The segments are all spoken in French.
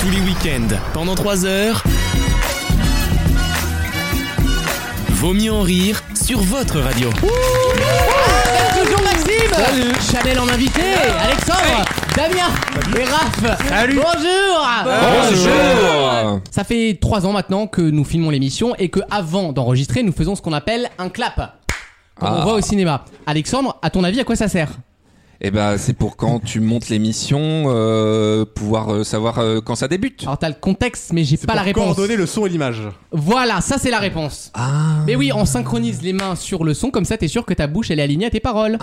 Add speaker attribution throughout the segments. Speaker 1: Tous les week-ends, pendant 3 heures. Vaut mieux en rire sur votre radio.
Speaker 2: Toujours Maxime Chanel en invité Alexandre Damien et Raph Salut Bonjour
Speaker 3: Bonjour
Speaker 2: Ça fait trois ans maintenant que nous filmons l'émission et que avant d'enregistrer, nous faisons ce qu'on appelle un clap. Quand on
Speaker 3: Ah.
Speaker 2: va au cinéma. Alexandre, à ton avis, à quoi ça sert
Speaker 3: Eh ben, c'est pour quand tu montes l'émission, euh, pouvoir euh, savoir euh, quand ça débute.
Speaker 2: Alors t'as le contexte, mais j'ai pas la réponse.
Speaker 4: Coordonner le son et l'image.
Speaker 2: Voilà, ça c'est la réponse.
Speaker 3: Ah.
Speaker 2: Mais oui, on synchronise les mains sur le son, comme ça t'es sûr que ta bouche elle est alignée à tes paroles.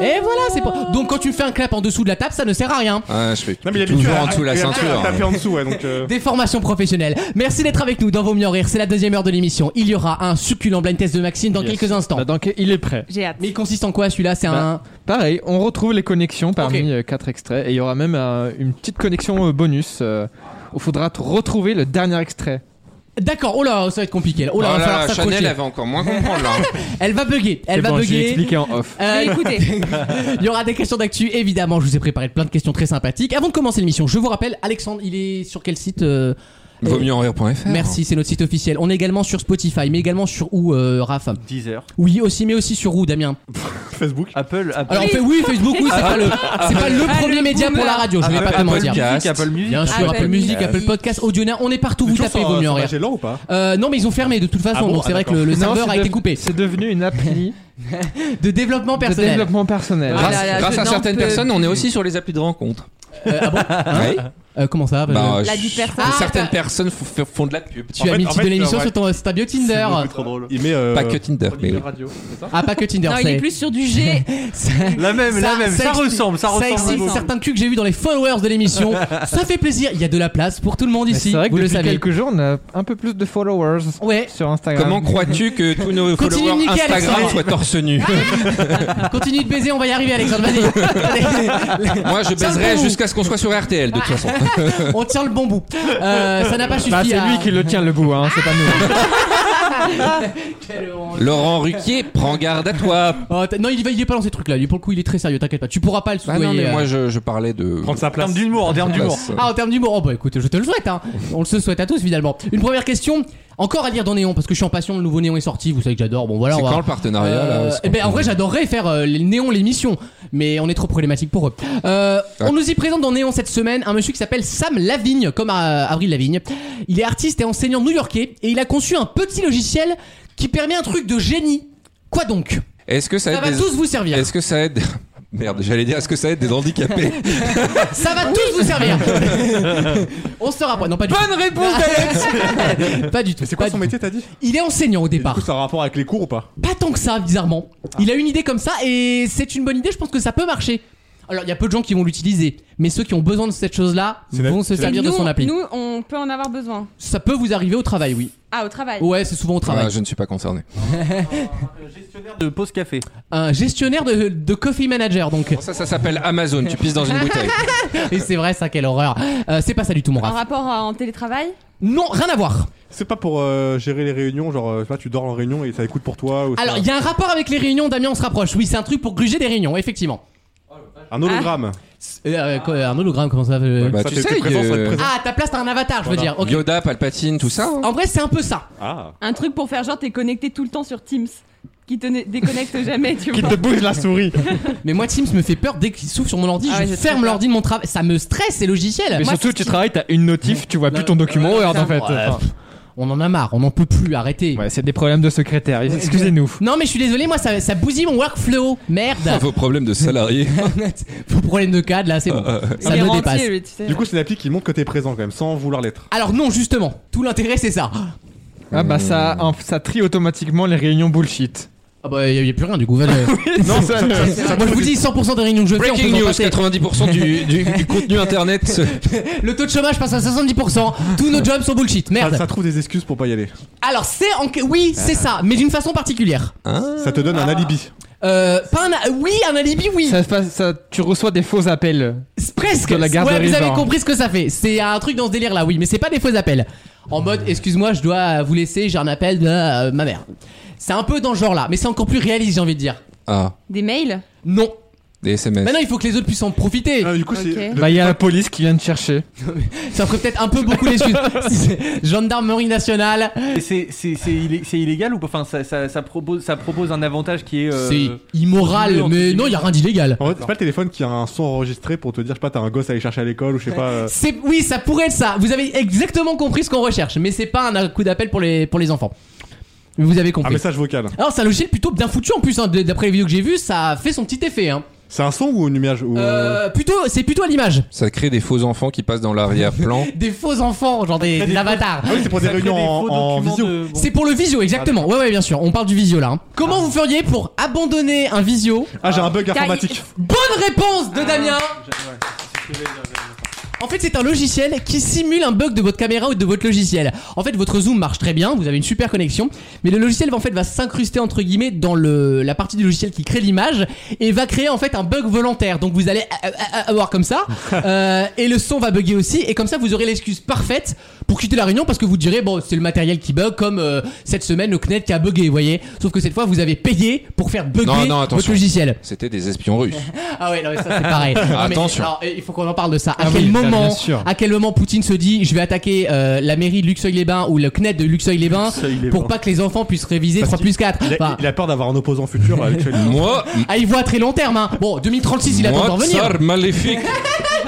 Speaker 2: Et voilà, c'est pas. Donc quand tu fais un clap en dessous de la table, ça ne sert à rien.
Speaker 3: Ah, je fais
Speaker 4: Non, mais il est
Speaker 3: toujours
Speaker 4: habitué à-
Speaker 3: en dessous de la
Speaker 4: Ah, il est habitué à
Speaker 3: ceinture.
Speaker 4: taper en dessous, ouais, donc. euh,
Speaker 2: Des formations professionnelles. Merci d'être avec nous dans Vos Mieux en Rire. C'est la deuxième heure de l'émission. Il y aura un succulent blind test de Maxime dans quelques instants.
Speaker 5: Bah, donc, il est prêt.
Speaker 6: J'ai hâte.
Speaker 2: Mais il consiste en quoi celui-là C'est
Speaker 5: Bah, Pareil, on retrouve les connexions parmi
Speaker 2: Ok.
Speaker 5: euh, quatre extraits et il y aura même euh, une petite connexion euh, bonus. euh, où il faudra t- retrouver le dernier extrait.
Speaker 2: un. D'accord, oh là, ça va être compliqué. Oh là,
Speaker 3: Oh
Speaker 2: va
Speaker 3: là
Speaker 2: falloir
Speaker 3: là,
Speaker 2: s'accrocher.
Speaker 3: Chanel avait encore moins comprendre là.
Speaker 2: Elle va bugger. Elle
Speaker 5: C'est
Speaker 2: va
Speaker 5: bon, je vais
Speaker 2: bugger.
Speaker 5: expliquer en off.
Speaker 2: Euh,
Speaker 6: Je vais écouter.
Speaker 2: il y aura des questions d'actu, évidemment. Je vous ai préparé plein de questions très sympathiques. Avant de commencer l'émission, je vous rappelle, Alexandre, il est sur quel site euh,
Speaker 3: Vaut mieux en rire.fr.
Speaker 2: Merci, c'est notre site officiel. On est également sur Spotify, mais également sur où, euh, Raph
Speaker 7: Deezer,
Speaker 2: Oui, aussi, mais aussi sur où, Damien
Speaker 4: Facebook.
Speaker 7: Apple, Apple,
Speaker 2: Alors, on fait oui, Facebook, oui, c'est pas le, c'est pas le
Speaker 6: Ah,
Speaker 2: premier
Speaker 6: le
Speaker 2: média pour
Speaker 6: boomer.
Speaker 2: la radio, je vais
Speaker 3: Apple-
Speaker 2: pas te
Speaker 3: Apple
Speaker 2: mentir.
Speaker 3: Podcast.
Speaker 7: Music, Apple Music.
Speaker 2: Bien sûr, Apple,
Speaker 6: Apple
Speaker 2: Music,
Speaker 6: Music.
Speaker 2: Apple Podcast, Audionaire, on est partout, vous
Speaker 4: Toujours
Speaker 2: tapez,
Speaker 4: sans-
Speaker 2: vaut mieux en
Speaker 4: sans
Speaker 2: rire.
Speaker 4: Magellan ou pas
Speaker 2: Euh, non, mais ils ont fermé de toute façon,
Speaker 4: Ah bon
Speaker 2: donc c'est
Speaker 4: Ah,
Speaker 2: vrai que
Speaker 4: d'accord.
Speaker 2: le, le
Speaker 5: Non,
Speaker 2: serveur
Speaker 5: c'est
Speaker 2: a été
Speaker 5: dev-
Speaker 2: coupé.
Speaker 5: C'est devenu une appli
Speaker 2: De développement
Speaker 5: de
Speaker 2: personnel.
Speaker 5: développement personnel.
Speaker 6: Ah
Speaker 3: Grâce,
Speaker 6: là là,
Speaker 3: grâce
Speaker 6: je
Speaker 3: à
Speaker 6: n'en
Speaker 3: certaines
Speaker 6: peux
Speaker 3: personnes, on est aussi sur les applis de rencontre.
Speaker 2: Euh, ah bon
Speaker 3: Ouais.
Speaker 2: Euh, Comment ça
Speaker 3: Bah,
Speaker 2: euh,
Speaker 6: La
Speaker 3: je-
Speaker 6: dite personne.
Speaker 2: Ah,
Speaker 3: certaines
Speaker 2: t'as-
Speaker 3: personnes f- f- font de la pub.
Speaker 2: Tu
Speaker 4: en
Speaker 2: as
Speaker 4: fait-
Speaker 2: mis le
Speaker 4: en
Speaker 2: titre
Speaker 4: fait,
Speaker 2: de l'émission
Speaker 4: ouais.
Speaker 2: sur, ton, sur ta bio Tinder.
Speaker 4: C'est beaucoup trop drôle. Il met. euh,
Speaker 3: Pas que Tinder, mais oui.
Speaker 5: radio, c'est ça
Speaker 2: Ah, pas que Tinder,
Speaker 6: Non, il
Speaker 2: c'est-
Speaker 6: est plus sur du G.
Speaker 2: ça-
Speaker 7: La même, la même, ça,
Speaker 2: explique-
Speaker 7: ressemble, ça ressemble.
Speaker 2: explique
Speaker 7: vraiment.
Speaker 2: certains culs que j'ai vu dans les followers de l'émission. ça fait plaisir. Il y a de la place pour tout le monde ici.
Speaker 5: C'est vrai que
Speaker 2: vous le
Speaker 5: depuis
Speaker 2: savez.
Speaker 5: quelques jours, on a un peu plus de followers
Speaker 2: Ouais.
Speaker 5: sur Instagram.
Speaker 3: Comment crois-tu que tous nos
Speaker 2: Continue de
Speaker 3: followers
Speaker 2: niquer,
Speaker 3: Instagram
Speaker 2: Alexandre.
Speaker 3: soient torse nu
Speaker 2: Continue de baiser, on va y arriver, Alexandre. Vas-y.
Speaker 3: Moi, je baiserai jusqu'à ce qu'on soit sur RTL, de toute façon.
Speaker 2: on tient le bon bout. Euh, ça n'a pas suffi.
Speaker 5: Bah, c'est
Speaker 2: à-
Speaker 5: lui qui le tient le bout, hein, c'est pas nous.
Speaker 2: Quelle honte.
Speaker 3: Laurent Ruquier, prends garde à toi.
Speaker 2: Oh, t'as- non, il, va, il est pas dans ces trucs-là. Lui, pour le coup, il est très sérieux. T'inquiète pas. Tu pourras pas le
Speaker 3: Bah non,
Speaker 2: soudoyer,
Speaker 3: mais
Speaker 2: euh.
Speaker 3: moi, je, je parlais de.
Speaker 4: Prendre sa
Speaker 7: En termes
Speaker 4: place.
Speaker 7: d'humour, en termes d'humour.
Speaker 3: place.
Speaker 2: Ah, en termes d'humour, oh, bah écoute, je te le souhaite, hein. On le se souhaite à tous, finalement. Une première question, encore à lire dans Néon, parce que je suis en passion, le nouveau Néon est sorti, vous savez que j'adore, bon voilà,
Speaker 3: C'est
Speaker 2: on va.
Speaker 3: quand le partenariat là
Speaker 2: Euh,
Speaker 3: parce
Speaker 2: eh ben,
Speaker 3: qu'on-
Speaker 2: en vrai, j'adorerais faire euh, les Néon l'émission, mais on est trop problématique pour eux. Euh,
Speaker 3: Ah.
Speaker 2: On nous y présente dans Néon cette semaine un monsieur qui s'appelle Sam Lavigne, comme à- Avril Lavigne. Il est artiste et enseignant new-yorkais, et il a conçu un petit logiciel qui permet un truc de génie. Quoi donc
Speaker 3: Est-ce que ça
Speaker 2: Ça
Speaker 3: aide
Speaker 2: va
Speaker 3: Eh, des-
Speaker 2: tous vous servir.
Speaker 3: Est-ce que ça aide Merde, j'allais dire, est-ce que ça aide des handicapés
Speaker 2: Ça va tous vous servir. on se rapproche. Non, pas du tout.
Speaker 3: Bonne réponse
Speaker 2: pas du tout.
Speaker 4: Mais c'est quoi
Speaker 2: pas
Speaker 4: son
Speaker 2: du
Speaker 4: métier, t'as dit
Speaker 2: tout. Il est enseignant au
Speaker 4: Et Du
Speaker 2: départ.
Speaker 4: coup, ça a un rapport avec les cours ou pas
Speaker 2: Pas tant que ça, bizarrement. Il a une idée comme ça et c'est une bonne idée, je pense que ça peut marcher. Alors, il y a peu de gens qui vont l'utiliser, mais ceux qui ont besoin de cette chose-là
Speaker 4: C'est la-
Speaker 2: vont se
Speaker 4: c'est la-
Speaker 2: servir de son appli.
Speaker 6: Nous, on peut en avoir besoin.
Speaker 2: Ça peut vous arriver au travail, oui.
Speaker 6: Ah, au travail.
Speaker 2: Ouais, c'est souvent au travail.
Speaker 3: Ah, Je ne suis pas concerné.
Speaker 7: Gestionnaire de pause café.
Speaker 2: Un gestionnaire de, de coffee manager, donc.
Speaker 3: Ça, ça s'appelle Amazon, tu pisses dans une bouteille.
Speaker 2: Et c'est vrai, ça, quelle horreur. Euh, c'est pas ça du tout, mon
Speaker 6: En
Speaker 2: raf.
Speaker 6: rapport à- en télétravail
Speaker 2: Non, rien à voir.
Speaker 4: C'est pas pour euh, gérer les réunions, genre, euh, je sais pas, tu dors en réunion et ça écoute pour toi ou ça-
Speaker 2: Alors, il y a un rapport avec les réunions, Damien, on se rapproche. Oui, c'est un truc pour gruger des réunions, effectivement.
Speaker 4: Un hologramme.
Speaker 2: Euh, quoi, un hologramme, comment ça euh,
Speaker 3: Bah,
Speaker 4: Ça,
Speaker 3: tu
Speaker 4: t'es-
Speaker 3: sais,
Speaker 4: t'es présent,
Speaker 3: il y a-
Speaker 4: ça va être présent.
Speaker 2: Ah, à ta place, t'as un avatar, je veux dire. Ok.
Speaker 3: Yoda, Palpatine, tout ça. hein.
Speaker 2: En vrai, c'est un peu ça.
Speaker 4: Ah.
Speaker 6: Un truc pour faire genre, t'es connecté tout le temps sur Teams. Qui te né- déconnecte jamais, tu
Speaker 5: Qui
Speaker 6: vois.
Speaker 5: te bouge la souris.
Speaker 2: Mais moi, Teams me fait peur dès qu'il s'ouvre sur mon ordi.
Speaker 6: Ah ouais,
Speaker 2: je
Speaker 6: j'ai trop
Speaker 2: ferme
Speaker 6: peur.
Speaker 2: l'ordi de mon travail. Ça me stresse, ces logiciels.
Speaker 5: Mais
Speaker 2: Moi,
Speaker 5: surtout,
Speaker 2: c'est-
Speaker 5: tu travailles, t'as une notif, tu vois
Speaker 2: Non,
Speaker 5: plus ton document
Speaker 2: euh,
Speaker 5: Word
Speaker 2: ça
Speaker 5: en
Speaker 2: me-
Speaker 5: fait.
Speaker 2: Ouais,
Speaker 5: Enfin,
Speaker 2: On en a marre, on n'en peut plus, arrêtez.
Speaker 5: Ouais, c'est des problèmes de secrétaire, excusez-nous.
Speaker 2: Non, mais je suis désolé, moi, ça, ça bousille mon workflow.
Speaker 5: Ah,
Speaker 2: Merde.
Speaker 3: Vos problèmes de salariés. Euh,
Speaker 2: Faut problème de cadre, là, c'est bon.
Speaker 5: Ah,
Speaker 2: Ça
Speaker 6: Il est
Speaker 2: me
Speaker 6: rentier,
Speaker 2: dépasse.
Speaker 6: lui, tu sais.
Speaker 4: Du coup, c'est une appli qui montre que t'es présent quand même, sans vouloir l'être.
Speaker 2: Alors, non, justement, tout l'intérêt, c'est ça.
Speaker 5: Ah bah ça, en- ça trie automatiquement les réunions bullshit.
Speaker 2: Ah bah, il n'y a plus rien, du coup. va-
Speaker 5: non, ça,
Speaker 2: moi, je vous dis 100% des réunions que je fais, on peut
Speaker 3: Breaking
Speaker 2: s'en
Speaker 3: news,
Speaker 2: passer.
Speaker 3: 90% du, du- du contenu internet. se-
Speaker 2: Le taux de chômage passe à 70%. Tous nos jobs sont bullshit.
Speaker 4: Ça,
Speaker 2: Merde.
Speaker 4: ça trouve des excuses pour pas y aller.
Speaker 2: Alors, c'est en. Oui, c'est ça, mais d'une façon particulière.
Speaker 4: Ça te
Speaker 2: Ah.
Speaker 4: donne un alibi.
Speaker 2: Euh, pas un. Oui, un alibi, oui.
Speaker 5: ça, se passe- ça- tu reçois des faux appels.
Speaker 2: C'est Presque.
Speaker 5: De la garde
Speaker 2: ouais, vous
Speaker 5: des
Speaker 2: avez
Speaker 5: gens.
Speaker 2: compris ce que ça fait. C'est un truc dans ce délire là, oui, mais c'est pas des faux appels. En mode, excuse-moi, je dois vous laisser, j'ai un appel de euh, ma mère. C'est un peu dans ce genre là, mais c'est encore plus réaliste, j'ai envie de dire.
Speaker 3: Ah.
Speaker 6: Des mails
Speaker 2: Non.
Speaker 3: Des SMS.
Speaker 2: Maintenant, il faut que les autres puissent en profiter.
Speaker 4: Ah, du coup, c'est.
Speaker 6: Ok.
Speaker 4: le-
Speaker 5: Bah, il y a la police qui vient de chercher.
Speaker 2: Ça ferait peut-être un peu beaucoup d'excuses. Si c'est Gendarmerie nationale.
Speaker 7: Et C'est c'est- c'est illé- c'est illégal ou pas Enfin, ça, ça, ça propose, ça propose un avantage qui est. euh,
Speaker 2: C'est immoral,
Speaker 7: entre
Speaker 2: mais
Speaker 7: guillemets.
Speaker 2: non, il y a rien d'illégal.
Speaker 4: En fait, c'est pas le téléphone qui a un son enregistré pour te dire, je sais pas, t'as un gosse à aller chercher à l'école ou je sais pas. euh,
Speaker 2: C'est oui, ça pourrait être ça. Vous avez exactement compris ce qu'on recherche, mais c'est pas un coup d'appel pour les pour les enfants. Vous avez
Speaker 4: Un
Speaker 2: compris.
Speaker 4: message vocal.
Speaker 2: Alors, c'est un logiciel plutôt bien foutu en plus. hein. D- D'après les vidéos que j'ai vues, ça a fait son petit effet. Hein.
Speaker 4: C'est un son ou un nuage ou, euh,
Speaker 2: Euh, plutôt, c'est plutôt à l'image.
Speaker 3: Ça crée des faux enfants qui passent dans l'arrière-plan.
Speaker 2: Des faux enfants, genre des, des avatars.
Speaker 4: Ah oui, c'est pour des
Speaker 7: ça crée
Speaker 4: réunions en,
Speaker 7: faux
Speaker 4: en
Speaker 7: documents
Speaker 4: visio.
Speaker 7: de- bon.
Speaker 2: C'est pour le visio, exactement. Ouais, ouais, bien sûr. On parle du visio là. hein. Comment vous feriez pour abandonner un visio
Speaker 4: Ah, j'ai un bug
Speaker 6: Car il-
Speaker 4: informatique.
Speaker 2: Bonne réponse de Damien. En fait, c'est un logiciel qui simule un bug de votre caméra ou de votre logiciel. En fait, votre zoom marche très bien, vous avez une super connexion, mais le logiciel va en fait va s'incruster entre guillemets dans le la partie du logiciel qui crée l'image et va créer en fait un bug volontaire. Donc vous allez a- a- a- avoir comme ça euh, et le son va bugger aussi et comme ça vous aurez l'excuse parfaite pour quitter la réunion parce que vous direz bon, c'est le matériel qui bug comme euh, cette semaine le CNET qui a bugué, vous voyez. Sauf que cette fois vous avez payé pour faire bugger
Speaker 3: Non, non,
Speaker 2: votre
Speaker 3: attention.
Speaker 2: logiciel.
Speaker 3: C'était des espions russes.
Speaker 2: Ah ouais, non, mais ça c'est pareil. Non, mais,
Speaker 3: Attention.
Speaker 2: alors, il faut qu'on en parle de ça. À
Speaker 5: Ah
Speaker 2: quel
Speaker 5: oui, bah,
Speaker 2: moment,
Speaker 5: bien sûr.
Speaker 2: à quel moment Poutine se dit, je vais attaquer euh, la mairie de Luxeuil-les-Bains ou le CNET de Luxeuil-les-Bains
Speaker 4: Luxeuil-les-Bains.
Speaker 2: pour pas que les enfants puissent réviser 3 plus 4.
Speaker 4: Il a,
Speaker 2: Enfin,
Speaker 4: il a peur d'avoir un opposant futur avec
Speaker 3: Moi,
Speaker 2: ah, il voit à très long terme, hein. Bon, 2036, il attend d'en
Speaker 3: moi,
Speaker 2: venir.
Speaker 3: tsar maléfique,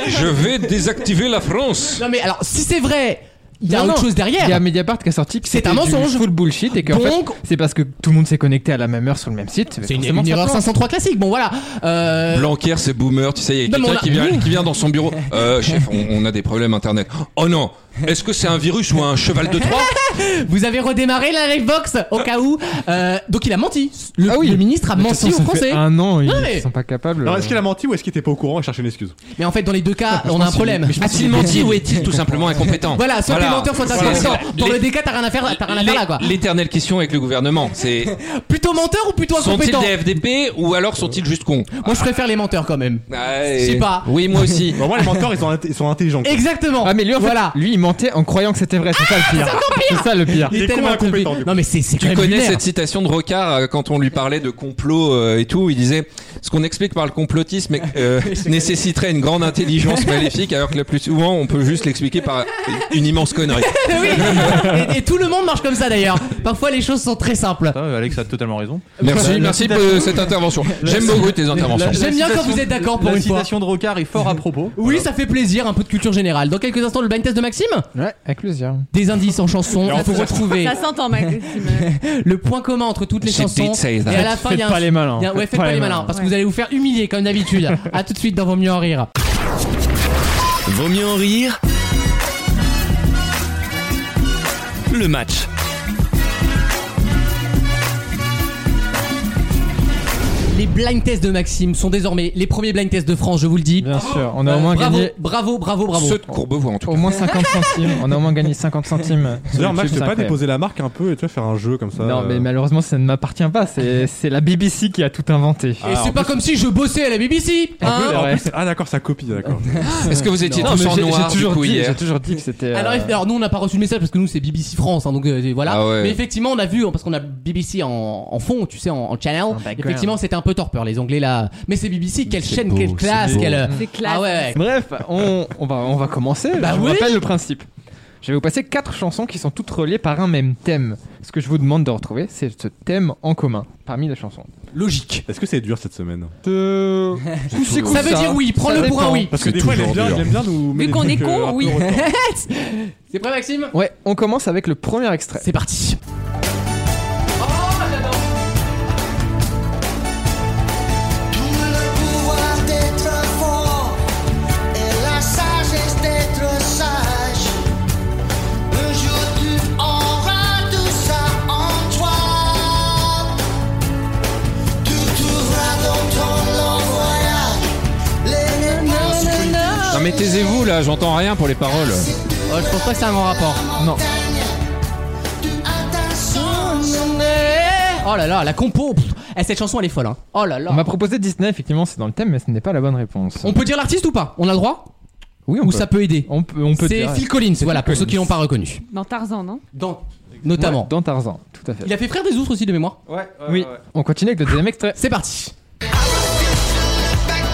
Speaker 3: je vais désactiver la France.
Speaker 2: Non, mais alors, si c'est vrai, il y a
Speaker 5: Non,
Speaker 2: autre
Speaker 5: non,
Speaker 2: chose
Speaker 5: Il y a
Speaker 2: derrière.
Speaker 5: Mediapart qui a sorti que
Speaker 2: C'est
Speaker 5: c'était
Speaker 2: un
Speaker 5: du
Speaker 2: mensonge.
Speaker 5: Full bullshit et que en fait,
Speaker 2: Donc,
Speaker 5: c'est parce que tout le monde s'est connecté à la même heure sur le même site.
Speaker 2: c'est une,
Speaker 5: Forcément,
Speaker 2: une
Speaker 5: ça
Speaker 2: erreur
Speaker 5: plante.
Speaker 2: 503 classique. Bon, voilà. Euh,
Speaker 3: Blanquer, c'est boomer, tu sais, il y
Speaker 2: Non,
Speaker 3: a
Speaker 2: mais
Speaker 3: quelqu'un
Speaker 2: on a-
Speaker 3: qui, vient, qui vient dans son bureau. Euh, chef, on, on a des problèmes internet. Oh non, est-ce que c'est un virus ou un cheval de Troie
Speaker 2: vous avez redémarré la Livebox au cas où. Euh, donc, il a menti. Le,
Speaker 5: Ah oui.
Speaker 2: le ministre a
Speaker 5: De toute
Speaker 2: menti
Speaker 5: façon,
Speaker 2: aux
Speaker 5: ça fait
Speaker 2: Français.
Speaker 5: Un an, ils
Speaker 2: Non, mais-
Speaker 5: sont pas capables.
Speaker 4: Alors,
Speaker 5: euh,
Speaker 4: est-ce qu'il a menti ou est-ce qu'il était pas au courant et cherchait une excuse
Speaker 2: Mais en fait, dans les deux cas, on a un
Speaker 5: pense qu'il-
Speaker 2: problème. Ah,
Speaker 5: mais Ah, je pense
Speaker 3: A-t-il Ah, menti ou est-il tout simplement incompétent
Speaker 2: Voilà, soit
Speaker 3: Voilà.
Speaker 2: t'es menteur, soit t'es
Speaker 3: Voilà,
Speaker 2: incompétent.
Speaker 3: c'est la-
Speaker 2: Dans
Speaker 3: les-
Speaker 2: le DK, t'as rien à faire, t'as rien à faire là, quoi.
Speaker 3: L'é- L'éternelle question avec le gouvernement, c'est
Speaker 2: Plutôt menteur ou plutôt
Speaker 3: sont-ils
Speaker 2: incompétent
Speaker 3: des FDP ou alors sont-ils juste cons
Speaker 2: Moi, je préfère les menteurs quand même.
Speaker 3: Je
Speaker 2: sais pas.
Speaker 3: Oui, moi aussi.
Speaker 4: Bon, Moi, les menteurs, ils sont, int- ils sont intelligents. quoi.
Speaker 2: Exactement.
Speaker 5: Ah mais lui en fait,
Speaker 2: voilà.
Speaker 5: lui il mentait en croyant que c'était vrai, c'est ça le pire. C'est ça le pire.
Speaker 4: Il est
Speaker 2: tellement
Speaker 4: con incompétent,
Speaker 2: incompé-
Speaker 4: du coup.
Speaker 2: Non mais c'est c'est quand
Speaker 3: Tu
Speaker 2: même
Speaker 3: connais
Speaker 2: lunaire.
Speaker 3: cette citation de Rocard euh, quand on lui parlait de complot euh, et tout, il disait ce qu'on explique par le complotisme est- euh, nécessiterait une grande intelligence maléfique alors que le plus souvent on peut juste l'expliquer par une immense connerie.
Speaker 2: Oui. Et, et tout le monde marche comme ça d'ailleurs. Parfois les choses sont très simples.
Speaker 7: Putain, Alex a totalement raison.
Speaker 3: Merci, merci pour euh, cette intervention. J'aime beaucoup tes interventions.
Speaker 2: J'aime bien quand vous êtes d'accord pour
Speaker 7: La
Speaker 2: une fois.
Speaker 7: citation de Rocard est fort à propos.
Speaker 2: Oui, ça fait plaisir, un peu de culture générale. Dans quelques instants, le blind test de Maxime.
Speaker 5: Ouais, avec plaisir.
Speaker 2: Des indices en chansons
Speaker 4: Alors, faut
Speaker 2: pour retrouver
Speaker 6: Ça s'entend, Maxime.
Speaker 2: le point commun entre toutes les
Speaker 3: She
Speaker 2: chansons.
Speaker 3: did say that.
Speaker 2: Et à la fin, il
Speaker 5: Faites
Speaker 2: y a
Speaker 5: pas
Speaker 2: un.
Speaker 5: les malins.
Speaker 2: il y a- Ouais, faites pas les malins, parce que vous allez vous faire humilier comme d'habitude. À tout de suite dans Vos mieux en rire.
Speaker 1: Vaut mieux en rire. Le match.
Speaker 2: Les blind tests de Maxime sont désormais les premiers blind tests de France, je vous le dis.
Speaker 5: Bien sûr, on a Bah, au
Speaker 2: Euh,
Speaker 5: moins
Speaker 2: bravo,
Speaker 5: gagné
Speaker 2: Bravo, bravo, bravo.
Speaker 3: Ceux de Courbevoie en tout
Speaker 5: au
Speaker 3: cas.
Speaker 5: moins 50 centimes. On a au moins gagné 50 centimes. sur
Speaker 4: D'ailleurs, Max, tu pas
Speaker 5: YouTube, c'est incroyable.
Speaker 4: déposer la marque un peu et tu vois, faire un jeu comme ça.
Speaker 5: Non,
Speaker 4: euh,
Speaker 5: mais malheureusement, ça ne m'appartient pas. C'est c'est la BBC qui a tout inventé.
Speaker 2: Et c'est pas comme si je bossais à la BBC. hein.
Speaker 5: plus,
Speaker 4: en
Speaker 5: ouais.
Speaker 4: plus, c'est- Ah, d'accord, ça copie, d'accord.
Speaker 3: Est-ce que vous étiez
Speaker 5: Non, mais
Speaker 3: tous en
Speaker 5: j'ai-
Speaker 3: Ah, noir
Speaker 5: j'ai toujours,
Speaker 3: du coup
Speaker 5: dit-
Speaker 3: hier
Speaker 5: j'ai toujours dit que c'était.
Speaker 2: alors,
Speaker 5: euh,
Speaker 2: eff- alors, nous on n'a pas reçu le message parce que nous c'est BBC France hein, donc euh, voilà
Speaker 3: Ah ouais.
Speaker 2: mais effectivement on a vu hein, parce qu'on a BBC en, en fond tu sais en, en channel
Speaker 5: background.
Speaker 2: effectivement c'était un peu torpeur les anglais là mais c'est BBC quelle
Speaker 3: c'est
Speaker 2: chaîne
Speaker 3: beau,
Speaker 2: quelle
Speaker 3: c'est
Speaker 2: classe
Speaker 3: beau.
Speaker 2: quelle
Speaker 6: C'est classe.
Speaker 2: ah ouais
Speaker 5: Bref, on, on va, on va commencer.
Speaker 2: Bah
Speaker 5: je vous
Speaker 2: oui.
Speaker 5: rappelle le principe. Je vais vous passer quatre chansons qui sont toutes reliées par un même thème. Ce que je vous demande de retrouver, c'est ce thème en commun parmi les chansons.
Speaker 2: logique
Speaker 4: Est-ce que c'est dur cette semaine
Speaker 5: Euh, coup, c'est coup,
Speaker 2: ça veut dire oui prends-le
Speaker 5: Ça
Speaker 2: pour un
Speaker 5: dépend.
Speaker 2: oui
Speaker 4: Parce que
Speaker 3: C'est
Speaker 4: des fois, il aime
Speaker 3: toujours
Speaker 4: bien,
Speaker 3: dur.
Speaker 4: il aime bien nous.
Speaker 6: Vu qu'on
Speaker 4: euh,
Speaker 6: est con, oui.
Speaker 2: c'est prêt Maxime
Speaker 5: Ouais, on commence avec le premier extrait.
Speaker 2: c'est parti
Speaker 8: pouvoir d'être fort et la sagesse d'être sage. Un jour tu auras tout ça en toi. Tu trouveras dans ton long voyage les réponses
Speaker 3: Non Ah, mais taisez-vous là, j'entends rien pour les paroles.
Speaker 2: oh, je pense pas que c'est un grand rapport
Speaker 5: Non,
Speaker 8: Tu atteins son
Speaker 2: oh là là la compo pff. Eh, cette chanson elle est folle hein. oh là là
Speaker 5: on m'a proposé Disney, effectivement, c'est dans le thème, mais ce n'est pas la bonne réponse.
Speaker 2: on peut dire l'artiste ou pas on a le droit
Speaker 5: Oui, on
Speaker 2: ou
Speaker 5: peut.
Speaker 2: ça peut aider
Speaker 5: On peut, on peut
Speaker 2: c'est
Speaker 5: dire.
Speaker 2: Phil Collins voilà pour
Speaker 5: Collins.
Speaker 2: ceux qui l'ont pas reconnu
Speaker 6: Dans Tarzan, non
Speaker 2: dans
Speaker 5: Ouais,
Speaker 2: notamment
Speaker 5: dans Tarzan, tout à fait.
Speaker 2: Il a fait frère des autres aussi de mémoire.
Speaker 7: Ouais,
Speaker 5: Oui, on continue avec le deuxième extrait.
Speaker 2: C'est parti.
Speaker 8: back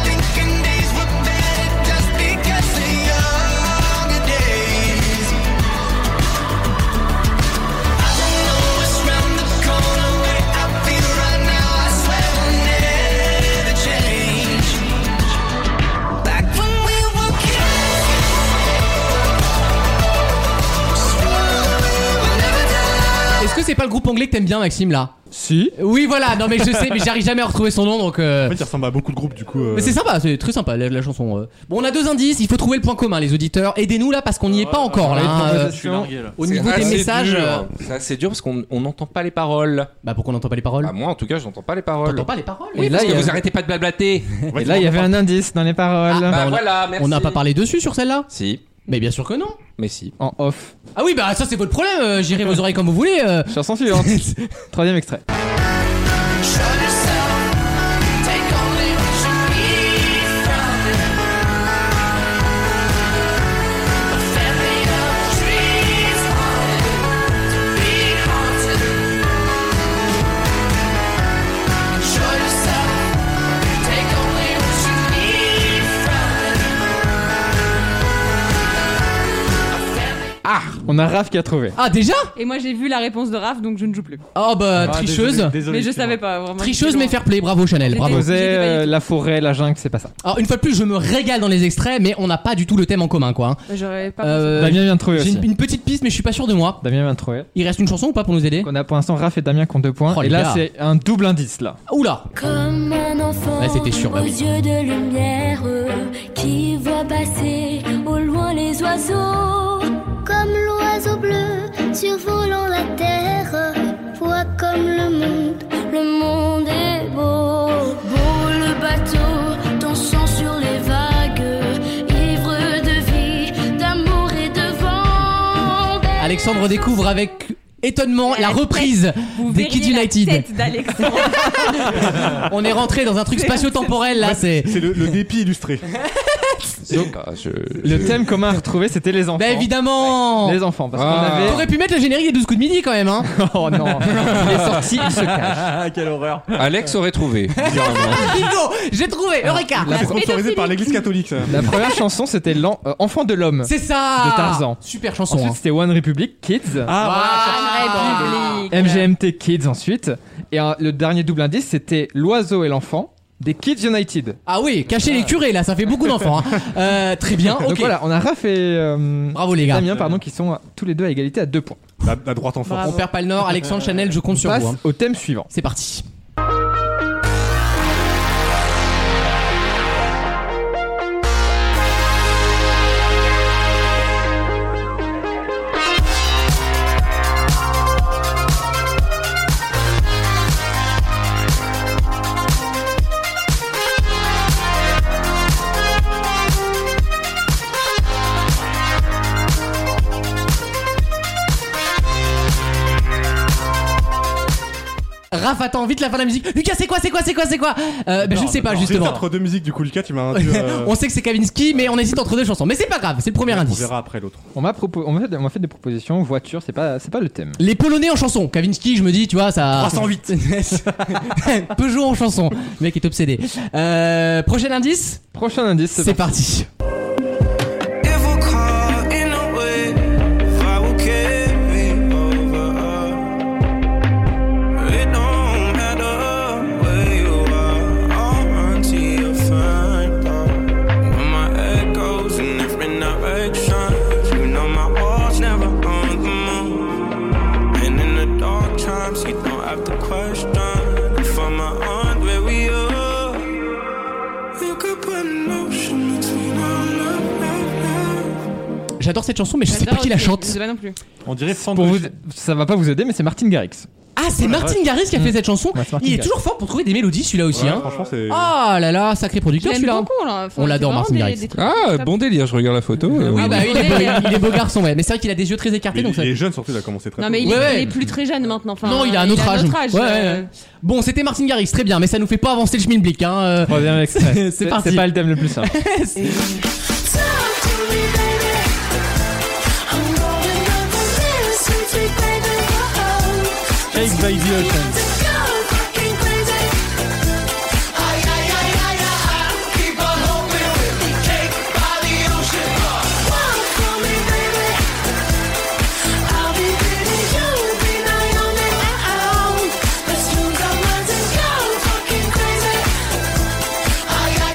Speaker 2: que c'est pas le groupe anglais que t'aimes bien, Maxime, là
Speaker 5: Si.
Speaker 2: Oui, voilà, non mais je sais, mais j'arrive jamais à retrouver son nom donc. euh,
Speaker 4: En fait, il ressemble à beaucoup de groupes du coup. euh,
Speaker 2: Mais c'est sympa, c'est très sympa la, la chanson. euh. Bon, on a deux indices, il faut trouver le point commun, les auditeurs. Aidez-nous là parce qu'on n'y est pas encore là. hein, euh,
Speaker 7: Je suis largué, là.
Speaker 2: au niveau
Speaker 3: C'est
Speaker 2: des
Speaker 3: assez
Speaker 2: messages,
Speaker 3: dur. hein.
Speaker 2: euh,
Speaker 3: C'est assez dur parce qu'on on n'entend pas les paroles.
Speaker 2: bah pourquoi on n'entend pas les paroles
Speaker 3: Bah, moi, en tout cas, je n'entends pas les
Speaker 2: On
Speaker 3: paroles.
Speaker 2: n'entend pas les paroles.
Speaker 5: Et là,
Speaker 3: Parce
Speaker 5: il y
Speaker 3: que
Speaker 5: a-
Speaker 3: vous arrêtez pas de blablater.
Speaker 5: Et là, il y avait un indice dans les paroles.
Speaker 3: Bah
Speaker 2: on a-
Speaker 3: voilà, merci.
Speaker 2: on n'a pas parlé dessus sur celle-là
Speaker 3: Si,
Speaker 2: Mais bien sûr que non.
Speaker 3: mais si.
Speaker 5: En off.
Speaker 2: Ah oui, bah ça c'est votre problème, euh, gérez vos oreilles comme vous voulez. euh.
Speaker 5: Chanson suivante. Troisième extrait.
Speaker 8: Shut yourself, take only what you need from it. A family of trees haunted, to be haunted. Shut yourself, take only what you need from it. A family.
Speaker 5: On a Raph qui a trouvé.
Speaker 2: Ah déjà
Speaker 6: Et moi j'ai vu la réponse de Raph donc je ne joue plus.
Speaker 2: Oh bah
Speaker 7: Ah,
Speaker 2: tricheuse.
Speaker 7: désolé, désolé,
Speaker 6: Mais je
Speaker 7: excuse-moi.
Speaker 6: savais pas vraiment.
Speaker 2: Tricheuse mais fair play, bravo Chanel,
Speaker 6: J'étais-
Speaker 2: bravo.
Speaker 6: J'étais
Speaker 5: Posait
Speaker 6: pas du tout.
Speaker 5: euh, la forêt, la jungle, c'est pas ça.
Speaker 2: Alors une fois de plus, je me régale dans les extraits, mais on n'a pas du tout le thème en commun quoi. hein.
Speaker 6: J'aurais pas.
Speaker 2: Euh,
Speaker 5: Damien vient de trouver
Speaker 2: J'ai
Speaker 5: aussi.
Speaker 2: une, une petite piste, mais je suis pas sûr de moi.
Speaker 5: Damien vient de trouver.
Speaker 2: Il reste une chanson ou pas pour nous aider
Speaker 5: On a pour l'instant Raph et Damien qui ont deux points.
Speaker 2: Oh,
Speaker 5: et
Speaker 2: les
Speaker 5: là,
Speaker 2: gars.
Speaker 5: c'est un double indice là.
Speaker 2: Oula
Speaker 9: Comme un enfant
Speaker 2: Ouais, c'était sûr, bah
Speaker 9: aux
Speaker 2: oui.
Speaker 9: yeux de lumière qui voit passer au loin les oiseaux. Comme l'oiseau bleu survolant la terre voit comme le monde, le monde est beau. Beau le bateau dansant sur les vagues, ivre de vie, d'amour et de vent.
Speaker 2: Alexandre découvre avec étonnement la reprise
Speaker 6: Vous
Speaker 2: des
Speaker 6: verriez
Speaker 2: Kids
Speaker 6: la
Speaker 2: United.
Speaker 6: tête d'Alexandre.
Speaker 2: On est rentré dans un truc spatio-temporel là, c'est.
Speaker 4: C'est le, le dépit illustré.
Speaker 3: Donc, ah, je-
Speaker 5: Le
Speaker 3: je-
Speaker 5: thème commun à retrouver, c'était les enfants.
Speaker 2: Bah évidemment
Speaker 5: Les enfants, parce qu'on
Speaker 3: Ah.
Speaker 5: avait.
Speaker 2: T'aurais pu mettre le générique des 12 coups de midi quand même hein
Speaker 5: Oh non, il est sorti, il se cache.
Speaker 7: Ah, quelle horreur.
Speaker 3: Alex aurait trouvé. bizarrement.
Speaker 2: Bingo J'ai
Speaker 5: Ah,
Speaker 2: trouvé Eureka
Speaker 4: C'est sponsorisé par l'église catholique ça.
Speaker 5: La première chanson, c'était l'en- euh, Enfant de l'homme.
Speaker 2: C'est ça
Speaker 5: De Tarzan.
Speaker 2: Super chanson
Speaker 5: Ensuite, ah,
Speaker 2: hein.
Speaker 5: c'était One Republic Kids.
Speaker 2: Ah,
Speaker 7: Ah,
Speaker 5: ah,
Speaker 2: Voilà.
Speaker 6: République.
Speaker 5: MGMT Kids ensuite. Et euh, le dernier double indice, c'était L'oiseau et l'enfant des Kids United.
Speaker 2: Ah oui, cacher les curés là, ça fait beaucoup d'enfants. hein. Euh, très bien, ok.
Speaker 5: Donc voilà, on a Raph et euh,
Speaker 2: Bravo les gars.
Speaker 5: Damien pardon, qui sont euh, tous les deux à égalité à deux points.
Speaker 4: La, la droite en force.
Speaker 2: On perd pas le nord, Alexandre Chanel, je compte
Speaker 5: On
Speaker 2: sur
Speaker 5: passe
Speaker 2: vous. hein.
Speaker 5: au thème suivant.
Speaker 2: C'est parti. Raph attends vite la fin de la musique. Lucas, c'est quoi, c'est quoi, c'est quoi, c'est quoi Euh, ben, Je ne sais pas
Speaker 4: J'hésite
Speaker 2: justement.
Speaker 4: entre deux musiques du coup, Lucas, tu m'as un peu, euh,
Speaker 2: on sait que c'est Kavinsky, mais on hésite entre deux chansons. Mais c'est pas grave, c'est le premier
Speaker 4: On
Speaker 2: indice.
Speaker 4: verra après l'autre.
Speaker 5: On m'a propo- on m'a fait, on m'a fait des propositions. Voiture, c'est pas, c'est pas le thème.
Speaker 2: Les Polonais en chanson. Kavinsky, je me dis, tu vois, ça. 308. Peugeot en chanson. Le mec est obsédé. Euh, prochain indice,
Speaker 5: Prochain indice.
Speaker 2: c'est parti.
Speaker 8: It will call in a way I will carry over It don't matter where you are I'll run to your find out When my head goes in different directions You know my walls never on the move And in the dark times you don't have to question If I'm on where we are You could put an ocean between our love, love, love
Speaker 2: J'adore cette chanson, mais je sais pas
Speaker 6: J'adore
Speaker 2: qui la
Speaker 6: aussi,
Speaker 2: chante.
Speaker 6: Je sais pas non plus.
Speaker 7: On dirait
Speaker 5: Pour vous,
Speaker 7: sandwich.
Speaker 5: ça va pas vous aider, mais c'est Martin Garrix.
Speaker 2: Ah, c'est Martin Garrix qui a fait cette chanson.
Speaker 5: Ouais, c'est Martin
Speaker 2: Il est
Speaker 5: Garrix.
Speaker 2: toujours fort pour trouver des mélodies, celui-là aussi.
Speaker 4: Ouais,
Speaker 2: hein.
Speaker 4: Franchement, c'est.
Speaker 2: Ah là là, sacré
Speaker 6: Je
Speaker 2: producteur
Speaker 6: l'aime
Speaker 2: celui-là.
Speaker 6: beaucoup là. Enfin,
Speaker 2: On l'adore,
Speaker 6: c'est
Speaker 2: Martin
Speaker 6: vraiment
Speaker 2: Garrix.
Speaker 6: des- des trucs
Speaker 3: Ah,
Speaker 6: top.
Speaker 3: bon délire, je regarde la photo. euh,
Speaker 2: Oui,
Speaker 3: oui.
Speaker 2: bah, il, est beau,
Speaker 6: Ouais.
Speaker 2: il est beau garçon, ouais. Mais c'est vrai qu'il a des yeux très écartés,
Speaker 4: Mais
Speaker 2: donc ça-
Speaker 4: il est jeune surtout, il a commencé très
Speaker 6: Non mais il,
Speaker 4: tôt.
Speaker 6: est-
Speaker 2: Ouais, ouais.
Speaker 6: il est plus très jeune maintenant. Enfin,
Speaker 2: Non, il a un autre âge. Ouais, ouais,
Speaker 6: euh,
Speaker 2: ouais. Bon, c'était Martin Garrix, très bien, mais ça nous fait pas avancer le schmilblick. Hein. euh.
Speaker 5: Troisième extrait.
Speaker 2: C'est parti.
Speaker 5: C'est pas le thème le plus simple.
Speaker 9: Talk to me, baby. I'm going up a little sweet, sweet baby. Oh,
Speaker 7: Shake by the ocean.
Speaker 9: to go fucking crazy. Walk for me, baby. I'll be pretty, you'll be my only. Oh, let's lose our minds and go fucking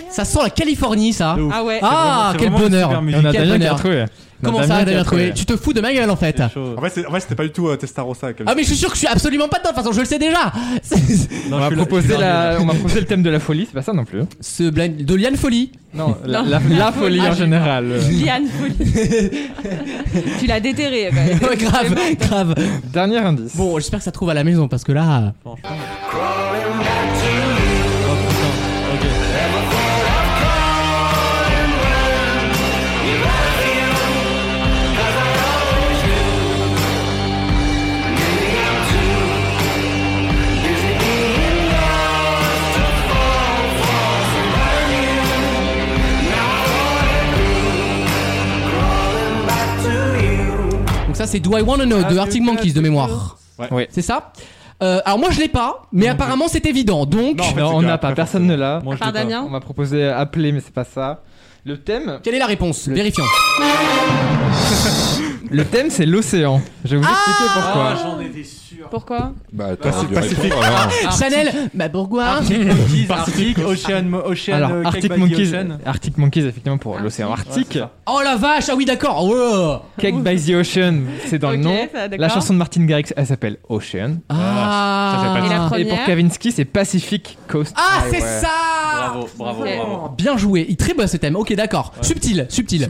Speaker 9: crazy.
Speaker 2: Ça sent la Californie, ça.
Speaker 7: De ouf.
Speaker 6: Ah ouais.
Speaker 2: Ah,
Speaker 7: C'est
Speaker 2: quel
Speaker 7: vraiment une
Speaker 2: bonheur.
Speaker 7: super musique.
Speaker 5: On a Damien qui a
Speaker 2: bonheur.
Speaker 5: trouvé. On a
Speaker 2: Comment ça,
Speaker 5: qui a
Speaker 2: Damien Troué Tu te fous de ma gueule, en fait.
Speaker 7: C'est chaud.
Speaker 4: En fait, c'est- en fait, c'était pas du tout euh, Testarossa.
Speaker 2: Ah, mais je suis sûr que je suis absolument pas dedans. De toute façon, je le sais déjà. C'est-
Speaker 5: On
Speaker 7: Non,
Speaker 5: m'a
Speaker 7: je suis là- je
Speaker 5: proposé
Speaker 7: suis là-
Speaker 5: la- on m'a proposé le thème de la folie, c'est pas ça non plus. hein.
Speaker 2: Ce blind de Liane Folie.
Speaker 5: Non, la,
Speaker 6: Non.
Speaker 5: la- la folie
Speaker 6: Ah,
Speaker 5: en
Speaker 6: j'ai-
Speaker 5: général. euh.
Speaker 6: Liane Folie. tu l'as déterré. bah,
Speaker 2: Ouais, grave, grave.
Speaker 5: Dernier indice.
Speaker 2: Bon, j'espère que ça trouve à la maison parce que là. Donc, ça, c'est Do I Wanna Know de Arctic Monkeys de mémoire.
Speaker 4: Ouais.
Speaker 5: Ouais.
Speaker 2: C'est ça Euh, Alors, moi, je l'ai pas, mais apparemment, c'est évident. Donc,
Speaker 4: Non. en fait,
Speaker 5: Non,
Speaker 4: c'est
Speaker 5: on
Speaker 4: que
Speaker 5: n'a
Speaker 4: après,
Speaker 5: pas, personne ne l'a.
Speaker 7: Moi, je
Speaker 6: Par
Speaker 7: l'ai pas.
Speaker 5: On
Speaker 6: Damien.
Speaker 5: m'a proposé appeler, mais c'est pas ça. Le thème,
Speaker 2: quelle est la réponse Vérifions.
Speaker 5: le thème, c'est l'océan. Je vais vous
Speaker 7: Ah
Speaker 5: expliquer pourquoi.
Speaker 7: j'en étais sûr.
Speaker 6: Pourquoi
Speaker 3: Bah, toi, c'est
Speaker 4: Pacifique.
Speaker 2: Chanel, bah pourquoi
Speaker 7: Arctic Monkeys, Arctic, Ocean, Mo- Ocean,
Speaker 5: Alors,
Speaker 7: euh, Cake
Speaker 5: Arctic
Speaker 7: by the
Speaker 5: Monkeys,
Speaker 7: Ocean. Ah,
Speaker 5: Arctic Monkeys, effectivement, pour l'océan Arctique.
Speaker 7: c'est ça.
Speaker 2: Oh la vache, ah oui, d'accord. wow.
Speaker 5: Cake by the Ocean, c'est dans
Speaker 6: Ok,
Speaker 5: le nom.
Speaker 6: ça, d'accord.
Speaker 5: La chanson de Martin Garrix, elle s'appelle Ocean.
Speaker 2: Ah,
Speaker 6: pas Et la
Speaker 5: Et
Speaker 6: première
Speaker 5: pour Kavinsky, c'est Pacific Coast.
Speaker 2: Ah, c'est
Speaker 3: ouais.
Speaker 2: ça
Speaker 7: Bravo, bravo,
Speaker 6: Ok.
Speaker 7: bravo.
Speaker 2: Oh, Bien joué, il est très beau ce thème. Ok, d'accord. Subtil, subtil,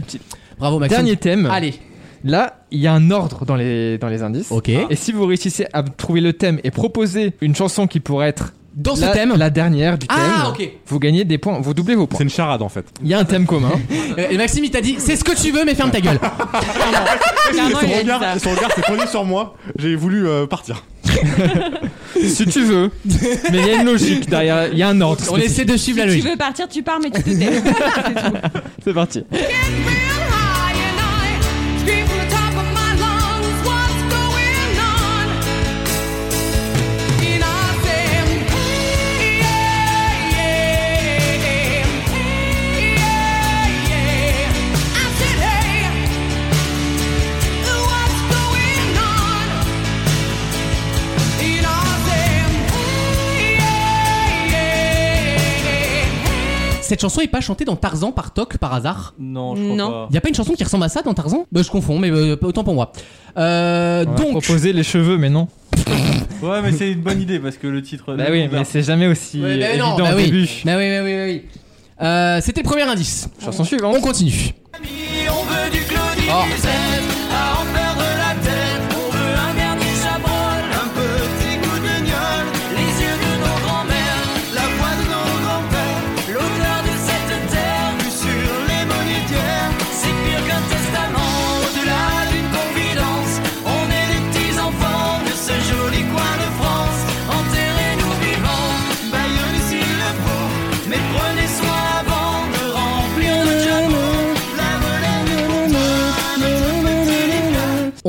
Speaker 2: Bravo, Maxime.
Speaker 5: Dernier thème.
Speaker 2: Allez.
Speaker 5: Là, il y a un ordre dans les, dans les indices.
Speaker 2: Ok.
Speaker 5: Et si vous réussissez à trouver le thème et proposer une chanson qui pourrait être
Speaker 2: Dans ce
Speaker 5: la,
Speaker 2: thème.
Speaker 5: la dernière du thème,
Speaker 2: Ah, ok.
Speaker 5: vous gagnez des points, vous doublez vos points.
Speaker 4: C'est une charade en fait.
Speaker 5: Il y a un thème commun.
Speaker 2: Euh, et Maxime, il t'a dit c'est ce que tu veux, mais ferme ta gueule.
Speaker 6: Clairement,
Speaker 4: Son
Speaker 6: il a dit ça.
Speaker 4: regard, son regard s'est posé sur moi. J'ai voulu euh, partir.
Speaker 5: si tu veux. Mais il y a une logique derrière, il y a un ordre.
Speaker 2: On essaie de suivre la
Speaker 6: Si tu
Speaker 2: logique.
Speaker 6: veux partir, tu pars, mais tu te tais.
Speaker 5: C'est parti.
Speaker 2: Cette chanson est pas chantée dans Tarzan par Toc par hasard
Speaker 7: Non, je crois
Speaker 6: Non.
Speaker 7: pas.
Speaker 2: Il y a pas une chanson qui ressemble à ça dans Tarzan Bah, je confonds, mais euh, autant pour moi. Euh,
Speaker 5: On va
Speaker 2: donc.
Speaker 5: proposer les cheveux, mais non.
Speaker 7: Ouais, mais c'est une bonne idée parce que le titre.
Speaker 5: Bah oui, mais c'est jamais aussi
Speaker 2: Ouais, bah
Speaker 5: évident
Speaker 2: non, bah
Speaker 5: au
Speaker 2: oui.
Speaker 5: début.
Speaker 2: Bah oui, bah oui, bah oui. Euh, C'était le premier indice.
Speaker 5: Chanson suivante.
Speaker 2: On continue.
Speaker 8: On veut du Claudie
Speaker 2: Oh.
Speaker 8: Bizet, à en perdre la tête. On veut un dernier chabrol, un petit coup de gnôle. Les yeux de nos grands-mères, la voix de nos grands-pères. L'odeur de cette terre, vue sur les monétaires. C'est pire qu'un testament, au-delà d'une confidence. On est les petits enfants de ce joli coin de France. Enterrez-nous vivants, baillonnez s'il le faut. Mais prenez soin avant de remplir nos chameaux.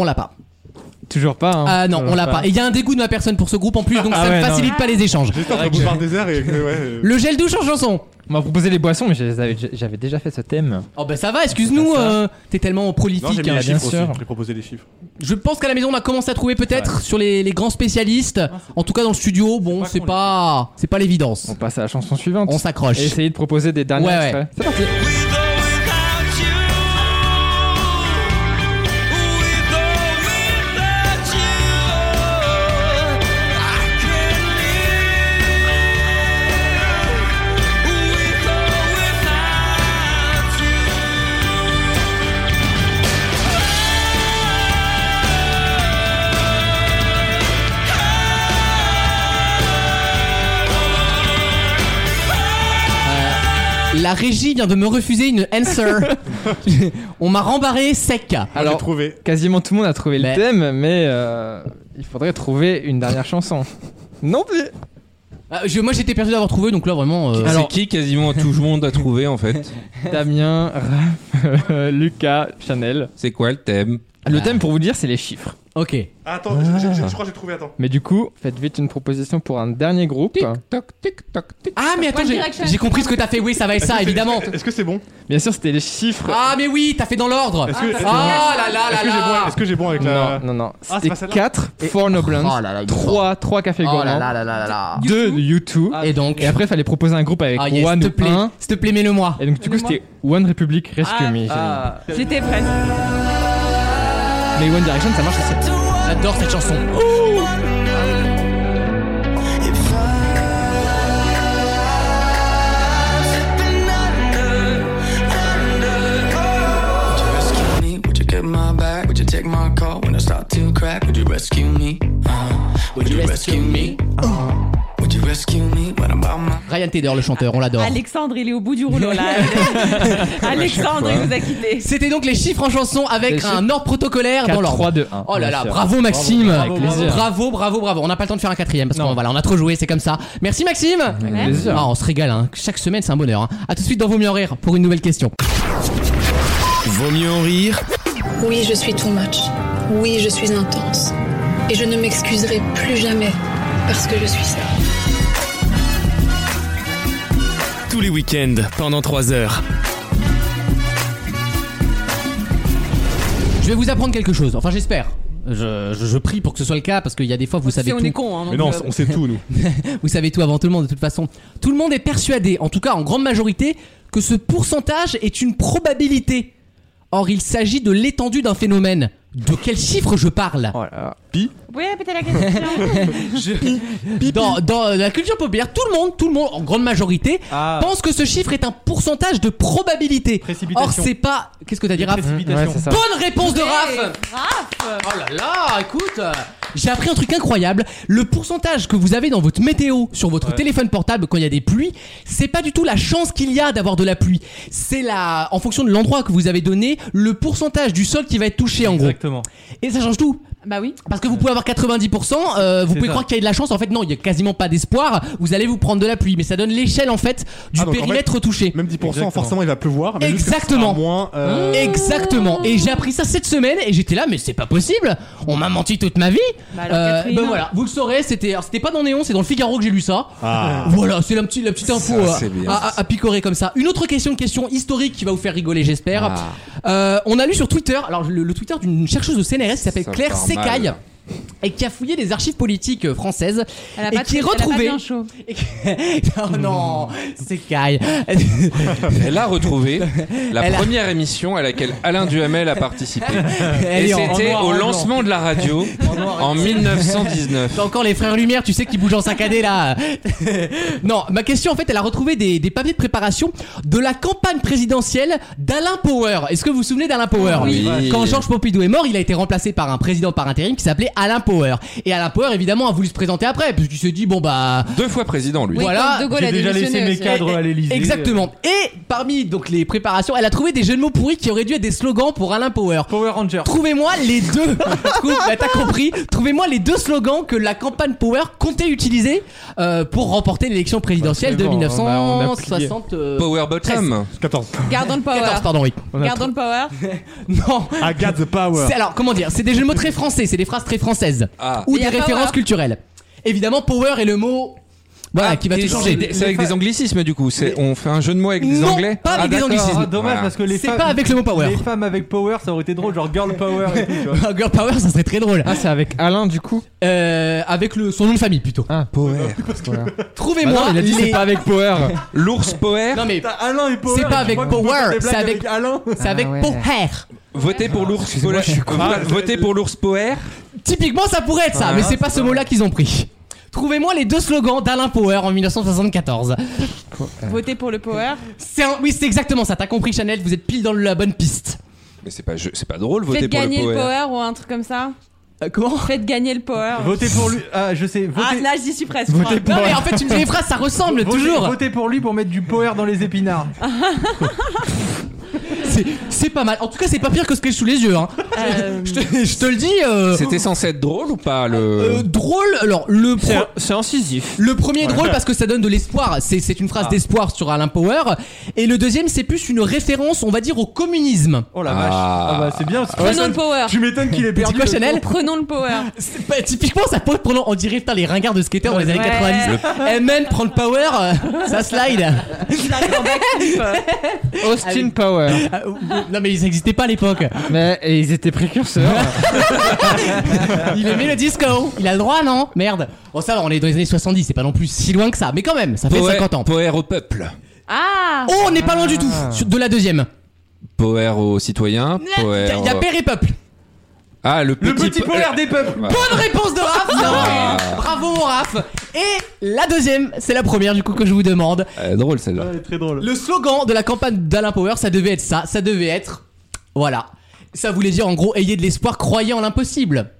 Speaker 2: On l'a pas.
Speaker 5: Toujours pas. hein.
Speaker 2: Ah non,
Speaker 5: Toujours
Speaker 2: on l'a pas. Et il y a un dégoût de ma personne pour ce groupe en plus, donc
Speaker 5: Ah
Speaker 2: ça
Speaker 5: ouais,
Speaker 2: ne
Speaker 5: non,
Speaker 2: facilite pas les échanges.
Speaker 4: J'étais entre boulevard désert et. euh, ouais, euh,
Speaker 2: Le gel douche en chanson.
Speaker 5: On m'a proposé les boissons, mais je les avais- j'avais déjà fait ce thème.
Speaker 2: Oh bah ça va, excuse-nous, euh, t'es tellement
Speaker 4: Non, j'ai
Speaker 2: prolifique.
Speaker 4: mis
Speaker 2: hein.
Speaker 4: les
Speaker 5: bien
Speaker 4: chiffres aussi.
Speaker 5: sûr.
Speaker 4: J'ai proposé les chiffres.
Speaker 2: Je pense qu'à la maison on a commencé à trouver peut-être sur les, les grands spécialistes. En tout cas dans le studio, bon c'est pas c'est pas l'évidence.
Speaker 5: On passe à la chanson suivante.
Speaker 2: On s'accroche.
Speaker 5: Et essayez de proposer des derniers
Speaker 2: Ouais, ouais.
Speaker 5: extraits. C'est parti.
Speaker 8: We go without you. We go without you. I can't live. We go without you.
Speaker 2: La régie vient de me refuser une answer. on m'a rembarré sec.
Speaker 4: Alors,
Speaker 5: Alors,
Speaker 4: j'ai trouvé.
Speaker 5: quasiment tout le monde a trouvé
Speaker 2: Mais-
Speaker 5: le thème, mais euh, il faudrait trouver une dernière chanson. Non plus.
Speaker 2: Ah, je- moi j'étais perdu d'avoir trouvé donc là vraiment. euh,
Speaker 3: C'est qui quasiment tout le monde a trouvé en fait
Speaker 5: Damien, Raph, euh, Lucas, Chanel.
Speaker 3: C'est quoi le thème
Speaker 2: Ah.
Speaker 5: Le thème pour vous dire, c'est les chiffres.
Speaker 2: Ok.
Speaker 4: Ah, Attends, je- je je crois que j'ai trouvé, attends.
Speaker 5: Mais du coup, faites vite une proposition pour un dernier groupe.
Speaker 2: Ah, mais attends,
Speaker 6: One
Speaker 2: j'ai
Speaker 6: Direction.
Speaker 2: j'ai compris ce que t'as fait. Oui, ça va être ça, évidemment.
Speaker 4: Est-ce que c'est bon
Speaker 5: Bien sûr, c'était les chiffres.
Speaker 2: Ah, mais oui, t'as fait dans l'ordre.
Speaker 4: Est-ce que est-ce
Speaker 2: Ah là là là
Speaker 4: que j'ai bon
Speaker 2: là.
Speaker 4: Est-ce que j'ai bon avec la
Speaker 2: Ah.
Speaker 5: Non, non, non.
Speaker 4: c'est
Speaker 5: C'était
Speaker 4: pas celle-là
Speaker 5: 4 Four
Speaker 2: Oh
Speaker 5: Blondes,
Speaker 2: là là, il-
Speaker 5: 3 3
Speaker 2: Oh
Speaker 5: Café
Speaker 2: là Ah,
Speaker 5: Gourmand,
Speaker 2: là là là là.
Speaker 5: 2 U2.
Speaker 2: Et donc,
Speaker 5: Et après, il fallait proposer un groupe avec
Speaker 2: ah, yes,
Speaker 5: One
Speaker 2: s'il te
Speaker 5: ou
Speaker 2: plaît,
Speaker 5: un.
Speaker 2: s'il te plaît, mets-le moi.
Speaker 5: Et donc, du coup,
Speaker 6: Donnez-moi.
Speaker 5: c'était One Republic Rescue Me.
Speaker 7: Ah,
Speaker 6: J'étais presque.
Speaker 5: Mais One Direction, ça marche aussi.
Speaker 2: J'adore cette chanson.
Speaker 8: Just kill me. Would you get my back? Would you take my call when I start to crack? Would you rescue me? Uh, would you rescue me? Uh, would you rescue me when I'm by my
Speaker 2: Ryan Tedder, le chanteur, on l'adore.
Speaker 6: Alexandre, il est au bout du rouleau là. Alexandre, il nous a quittés.
Speaker 2: C'était donc les chiffres en chanson avec
Speaker 5: Les
Speaker 2: un ordre protocolaire dans
Speaker 5: 4
Speaker 2: l'ordre.
Speaker 5: 3 2 1.
Speaker 2: Oh là là, bravo Maxime
Speaker 5: Bravo, avec plaisir.
Speaker 2: bravo, bravo, bravo. On n'a pas le temps de faire un quatrième parce qu'on
Speaker 5: Non.
Speaker 2: voilà, on a trop joué, c'est comme ça. Merci Maxime
Speaker 5: Avec plaisir.
Speaker 2: Ah, On se régale, hein. chaque semaine c'est un bonheur. hein. À tout de suite dans Vos mieux en rire pour une nouvelle question.
Speaker 1: Vaut mieux en rire
Speaker 10: Oui, je suis too much. Oui, je suis intense. Et je ne m'excuserai plus jamais parce que je suis ça.
Speaker 1: tous les week-ends pendant 3 heures.
Speaker 2: Je vais vous apprendre quelque chose, enfin j'espère. Je, je- je prie pour que ce soit le cas parce qu'il y a des fois vous savez
Speaker 6: Si on
Speaker 2: tout.
Speaker 6: est con, hein. donc,
Speaker 4: Mais non,
Speaker 6: euh,
Speaker 4: on sait tout, nous.
Speaker 2: Vous savez tout avant tout le monde de toute façon. Tout le monde est persuadé, en tout cas en grande majorité, que ce pourcentage est une probabilité. Or il s'agit de l'étendue d'un phénomène. De quel chiffre je parle
Speaker 5: Oh là là.
Speaker 6: Vous pouvez répéter la question
Speaker 2: dans, dans la culture populaire, tout le monde, tout le monde, en grande majorité,
Speaker 7: ah,
Speaker 2: pense que ce chiffre est un pourcentage de probabilité. Or,
Speaker 7: précipitation.
Speaker 2: c'est pas. Qu'est-ce que t'as dit, Raph
Speaker 5: Ouais, c'est ça.
Speaker 2: Bonne réponse de Raph
Speaker 6: Raph
Speaker 2: Oh là là, écoute euh, J'ai appris un truc incroyable. Le pourcentage que vous avez dans votre météo sur votre téléphone portable quand il y a des pluies, c'est pas du tout la chance qu'il y a d'avoir de la pluie. C'est la, en fonction de l'endroit que vous avez donné, le pourcentage du sol qui va être touché en gros.
Speaker 7: Exactement.
Speaker 2: Et ça change tout.
Speaker 6: Bah oui.
Speaker 2: Parce que vous pouvez avoir 90%, euh, vous
Speaker 7: C'est
Speaker 2: pouvez
Speaker 7: ça.
Speaker 2: croire qu'il y a de la chance, en fait non, il y a quasiment pas d'espoir, vous allez vous prendre de la pluie, mais ça donne l'échelle en fait du
Speaker 4: Ah, donc, en
Speaker 2: périmètre touché.
Speaker 4: Même 10%,
Speaker 7: Exactement.
Speaker 4: forcément, il va pleuvoir. Mais juste que ça sera
Speaker 2: Exactement.
Speaker 4: Moins. euh,
Speaker 2: Exactement, et j'ai appris ça cette semaine et j'étais là, mais c'est pas possible, on m'a menti toute ma vie.
Speaker 6: Bah alors,
Speaker 2: Euh,
Speaker 6: Catherine.
Speaker 2: ben voilà, vous le saurez, c'était alors, c'était pas dans Néon, c'est dans le Figaro que j'ai lu ça.
Speaker 4: Ah.
Speaker 2: Voilà, c'est la, petite- la petite info
Speaker 3: Ça,
Speaker 2: euh,
Speaker 3: c'est bien.
Speaker 2: à, à- à picorer comme ça. Une autre question, une question historique qui va vous faire rigoler, j'espère.
Speaker 3: Ah.
Speaker 2: Euh, on a lu sur Twitter, alors le, le Twitter d'une chercheuse au CNRS qui s'appelle
Speaker 3: Ça
Speaker 2: Claire
Speaker 3: part mal.
Speaker 2: Secaille et qui a fouillé les archives politiques euh, françaises
Speaker 6: Elle a
Speaker 2: et
Speaker 6: pas
Speaker 2: qui est
Speaker 6: elle a pas
Speaker 2: retrouvée.
Speaker 6: bien chaud.
Speaker 2: Et que- oh non, c'est Kai.
Speaker 3: Elle a retrouvé la
Speaker 2: Elle a-
Speaker 3: première émission à laquelle Alain Duhamel a participé.
Speaker 2: Elle
Speaker 3: Et
Speaker 2: est en- en
Speaker 3: c'était
Speaker 2: noir, en
Speaker 3: au
Speaker 2: blanc.
Speaker 3: lancement de la radio en 1919.
Speaker 2: T'as encore les frères Lumière, tu sais, qui bougent en saccadé là. non, ma question en fait, elle a retrouvé des, des papiers de préparation de la campagne présidentielle d'Alain Power. Est-ce que vous vous souvenez d'Alain Power
Speaker 3: Oui.
Speaker 2: Quand Georges Pompidou est mort, il a été remplacé par un président par intérim qui s'appelait Alain Power. Et Alain Power, évidemment, a voulu se présenter après, puisqu'il s'est dit, bon bah.
Speaker 3: Deux fois président, lui.
Speaker 2: Oui. Voilà,
Speaker 10: comme De Gaulle
Speaker 7: J'ai
Speaker 10: a
Speaker 7: déjà laissé
Speaker 10: démissionné
Speaker 7: mes
Speaker 10: aussi.
Speaker 7: cadres à l'Elysée.
Speaker 2: Eh, Exactement. Et parmi donc les préparations, elle a trouvé des jeux de mots pourris qui auraient dû être des slogans pour Alain Power.
Speaker 7: Power Ranger.
Speaker 2: Trouvez-moi les deux. Trou- bah, T'as compris Trouvez-moi les deux slogans que la campagne Power comptait utiliser euh, pour remporter l'élection présidentielle de
Speaker 5: Bah, c'est bon, on a- on a plié.
Speaker 2: 1960. euh,
Speaker 3: Power Bottom.
Speaker 4: 14.
Speaker 6: Gardons le power.
Speaker 2: 14, pardon, oui.
Speaker 5: On a
Speaker 6: Gardons le power.
Speaker 2: Non.
Speaker 4: Agathe the Power.
Speaker 2: C'est alors comment dire C'est des jeux de mots très français, c'est des phrases très françaises
Speaker 3: Ah.
Speaker 2: ou
Speaker 6: Mais y
Speaker 2: des
Speaker 6: a
Speaker 2: références
Speaker 6: Power.
Speaker 2: culturelles. Évidemment, Power est le mot.
Speaker 5: Ah,
Speaker 2: Voilà, qui va
Speaker 3: Et
Speaker 2: tout changer.
Speaker 3: C'est c'est avec des anglicismes du coup. C'est- On fait un jeu de mots avec des
Speaker 2: Non,
Speaker 3: anglais.
Speaker 2: pas avec des
Speaker 3: d'accord.
Speaker 2: anglicismes.
Speaker 7: Ah, dommage
Speaker 3: Voilà.
Speaker 7: parce que les
Speaker 2: C'est
Speaker 7: femmes-
Speaker 2: pas avec le mot power.
Speaker 7: Les femmes avec power, ça aurait été drôle, genre girl power et tout, tu vois.
Speaker 2: Girl Power, ça serait très drôle.
Speaker 5: Ah, c'est avec Alain, du coup
Speaker 2: Euh, avec le, son nom de famille plutôt.
Speaker 5: Ah, Power. Bah
Speaker 2: Trouvez-moi
Speaker 5: il a dit
Speaker 2: les-
Speaker 5: c'est pas avec Power.
Speaker 2: Ah
Speaker 3: L'ours Power.
Speaker 2: Non mais
Speaker 7: T'as Alain et Power.
Speaker 2: C'est pas avec
Speaker 7: je crois qu'on peut faire
Speaker 2: Power,
Speaker 7: des blagues
Speaker 2: c'est avec-
Speaker 7: Alain.
Speaker 2: c'est avec
Speaker 5: Ah ouais.
Speaker 2: Power.
Speaker 3: Votez pour l'ours Power. Ah, Votez pour l'ours Power.
Speaker 2: Typiquement, ça pourrait être ça,
Speaker 3: Ah,
Speaker 2: mais c'est pas ce mot-là qu'ils ont pris. Trouvez-moi les deux slogans d'Alain Power en 1974.
Speaker 6: Votez pour le power.
Speaker 2: C'est un- Oui, c'est exactement ça. T'as compris, Chanel, vous êtes pile dans la bonne piste.
Speaker 3: Mais c'est pas jeu- c'est pas drôle voter
Speaker 6: Faites
Speaker 3: pour
Speaker 6: gagner
Speaker 3: le
Speaker 6: le
Speaker 3: Power.
Speaker 6: power ou un truc comme ça.
Speaker 2: Euh, comment
Speaker 6: Faites gagner le power.
Speaker 7: Votez pour lui. Ah, je sais.
Speaker 6: Ah
Speaker 7: Votez.
Speaker 6: là, j'y suis presque.
Speaker 7: Votez
Speaker 6: Franck.
Speaker 7: pour-
Speaker 2: Non, Ah, mais en fait, tu me dis les phrases, ça ressemble
Speaker 7: votez-
Speaker 2: toujours.
Speaker 7: Votez pour lui pour mettre du power dans les épinards.
Speaker 2: C'est- C'est pas mal. En tout cas, c'est pas pire que ce que j'ai sous les yeux. hein.
Speaker 6: Euh,
Speaker 2: je, te, je te le dis. euh,
Speaker 3: hein. C'était censé être drôle ou pas le
Speaker 2: euh, drôle, alors le pro-
Speaker 7: C'est incisif.
Speaker 2: le premier est
Speaker 7: Ouais.
Speaker 2: drôle parce que ça donne de l'espoir, c'est c'est une phrase
Speaker 7: Ah.
Speaker 2: d'espoir sur Alain Power. Et le deuxième, c'est plus une référence, on va dire, au communisme.
Speaker 7: Oh la
Speaker 3: Ah.
Speaker 7: vache. Ah bah c'est bien. parce que-
Speaker 6: Prenons le power.
Speaker 7: Tu m'étonnes qu'il ait
Speaker 2: Dis
Speaker 7: perdu.
Speaker 2: quoi,
Speaker 7: le-
Speaker 2: Chanel
Speaker 6: Prenons le power.
Speaker 2: C'est pas- Ben, Typiquement, ça peut prendre. On dirait putain, les ringards de skater dans les années
Speaker 6: Ouais.
Speaker 2: 90. MN prend le power, euh, ça slide.
Speaker 5: Austin Power.
Speaker 2: Ah, ou- ou- non, mais ils n'existaient pas à l'époque.
Speaker 5: Mais et ils étaient précurseurs.
Speaker 2: Ah. Il aimait le disco. Il a le droit, non Merde. Bon, ça va, on est dans les années 70, c'est pas non plus si loin que ça. Mais quand même, ça fait
Speaker 3: Power-
Speaker 2: 50 ans.
Speaker 3: Power au peuple.
Speaker 6: Ah
Speaker 2: Oh, on n'est pas loin du tout sur- de la deuxième.
Speaker 3: Power aux citoyens.
Speaker 2: Il
Speaker 3: Power.
Speaker 2: y a- il y a Père et Peuple.
Speaker 3: Ah, le petit,
Speaker 7: Le petit
Speaker 3: po-
Speaker 7: polaire des peuples.
Speaker 2: Bonne réponse de Raph non.
Speaker 3: Ah.
Speaker 2: Bravo mon Raph Et la deuxième, c'est la première du coup que je vous demande.
Speaker 3: Euh, drôle celle-là.
Speaker 7: Ouais, très drôle.
Speaker 2: Le slogan de la campagne d'Alain Power, ça devait être ça, ça devait être... Voilà. Ça voulait dire en gros, ayez de l'espoir, croyez en l'impossible.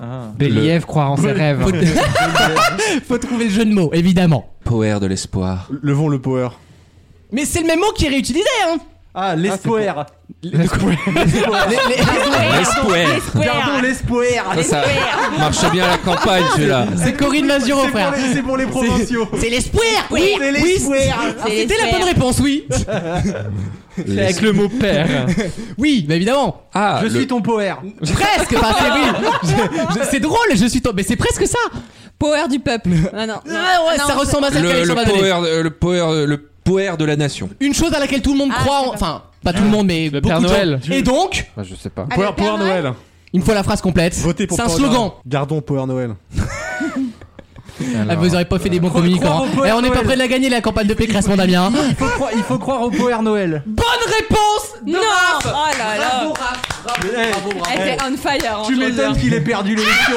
Speaker 7: Ah.
Speaker 5: Des
Speaker 3: Le-
Speaker 5: lièvres croire en ses rêves.
Speaker 2: Faut trouver le jeu de mots, évidemment.
Speaker 3: Power de l'espoir.
Speaker 4: Le vent, le power.
Speaker 2: Mais c'est le même mot qui est réutilisé, hein
Speaker 7: Ah, l'espoir.
Speaker 2: Les- les-
Speaker 3: L'espoir.
Speaker 7: Gardons l'espoir.
Speaker 3: Ça, ça marche bien à la campagne celui-là.
Speaker 2: C'est Corinne Mazuro,
Speaker 7: C'est pour
Speaker 2: frère.
Speaker 7: les- C'est pour les provinciaux.
Speaker 2: C'est l'espoir Oui,
Speaker 7: C'est
Speaker 2: oui,
Speaker 7: l'espoir.
Speaker 2: c'est- Ah, C'était la bonne réponse, oui
Speaker 5: Avec le mot père.
Speaker 2: Oui, bah évidemment
Speaker 3: Ah,
Speaker 7: Je
Speaker 3: le-
Speaker 7: suis ton power.
Speaker 2: Presque, enfin, c'est oui Je- je- C'est drôle, je suis tombé, mais c'est presque ça
Speaker 6: Power du peuple. Ah non. non.
Speaker 2: Ah ouais,
Speaker 6: Non,
Speaker 2: ça
Speaker 6: on-
Speaker 2: ressemble à celle
Speaker 3: le,
Speaker 2: qu'Alexandre
Speaker 3: le
Speaker 2: m'a donnée.
Speaker 3: power, euh, le power, le power de la nation.
Speaker 2: Une chose à laquelle tout le monde
Speaker 6: Ah,
Speaker 2: croit,
Speaker 6: c'est
Speaker 2: en-
Speaker 6: pas-
Speaker 2: enfin pas tout le monde, mais
Speaker 5: Le
Speaker 2: beaucoup
Speaker 5: Père
Speaker 2: de gens.
Speaker 5: Noël.
Speaker 2: Et donc,
Speaker 5: Bah, je sais pas.
Speaker 6: Ah, le
Speaker 4: Power,
Speaker 6: Père
Speaker 4: power Noël.
Speaker 2: il me faut la phrase complète.
Speaker 4: Votez pour
Speaker 2: C'est un
Speaker 4: Power
Speaker 2: slogan.
Speaker 4: Noël. Gardons Power Noël.
Speaker 2: Ah, vous aurez pas fait des bons communicants.
Speaker 7: croire
Speaker 2: hein.
Speaker 7: au Père
Speaker 2: Eh, on n'est pas
Speaker 7: Noël.
Speaker 2: prêt de la gagner la campagne de Pécresse, mon hein. Damien.
Speaker 7: Il faut croire- Il faut croire au power Noël.
Speaker 2: Bonne réponse de
Speaker 6: Non
Speaker 2: Raph.
Speaker 6: Oh là là
Speaker 7: Eh,
Speaker 6: Elle était on fire en
Speaker 7: Tu m'étonnes qu'il ait perdu l'élection.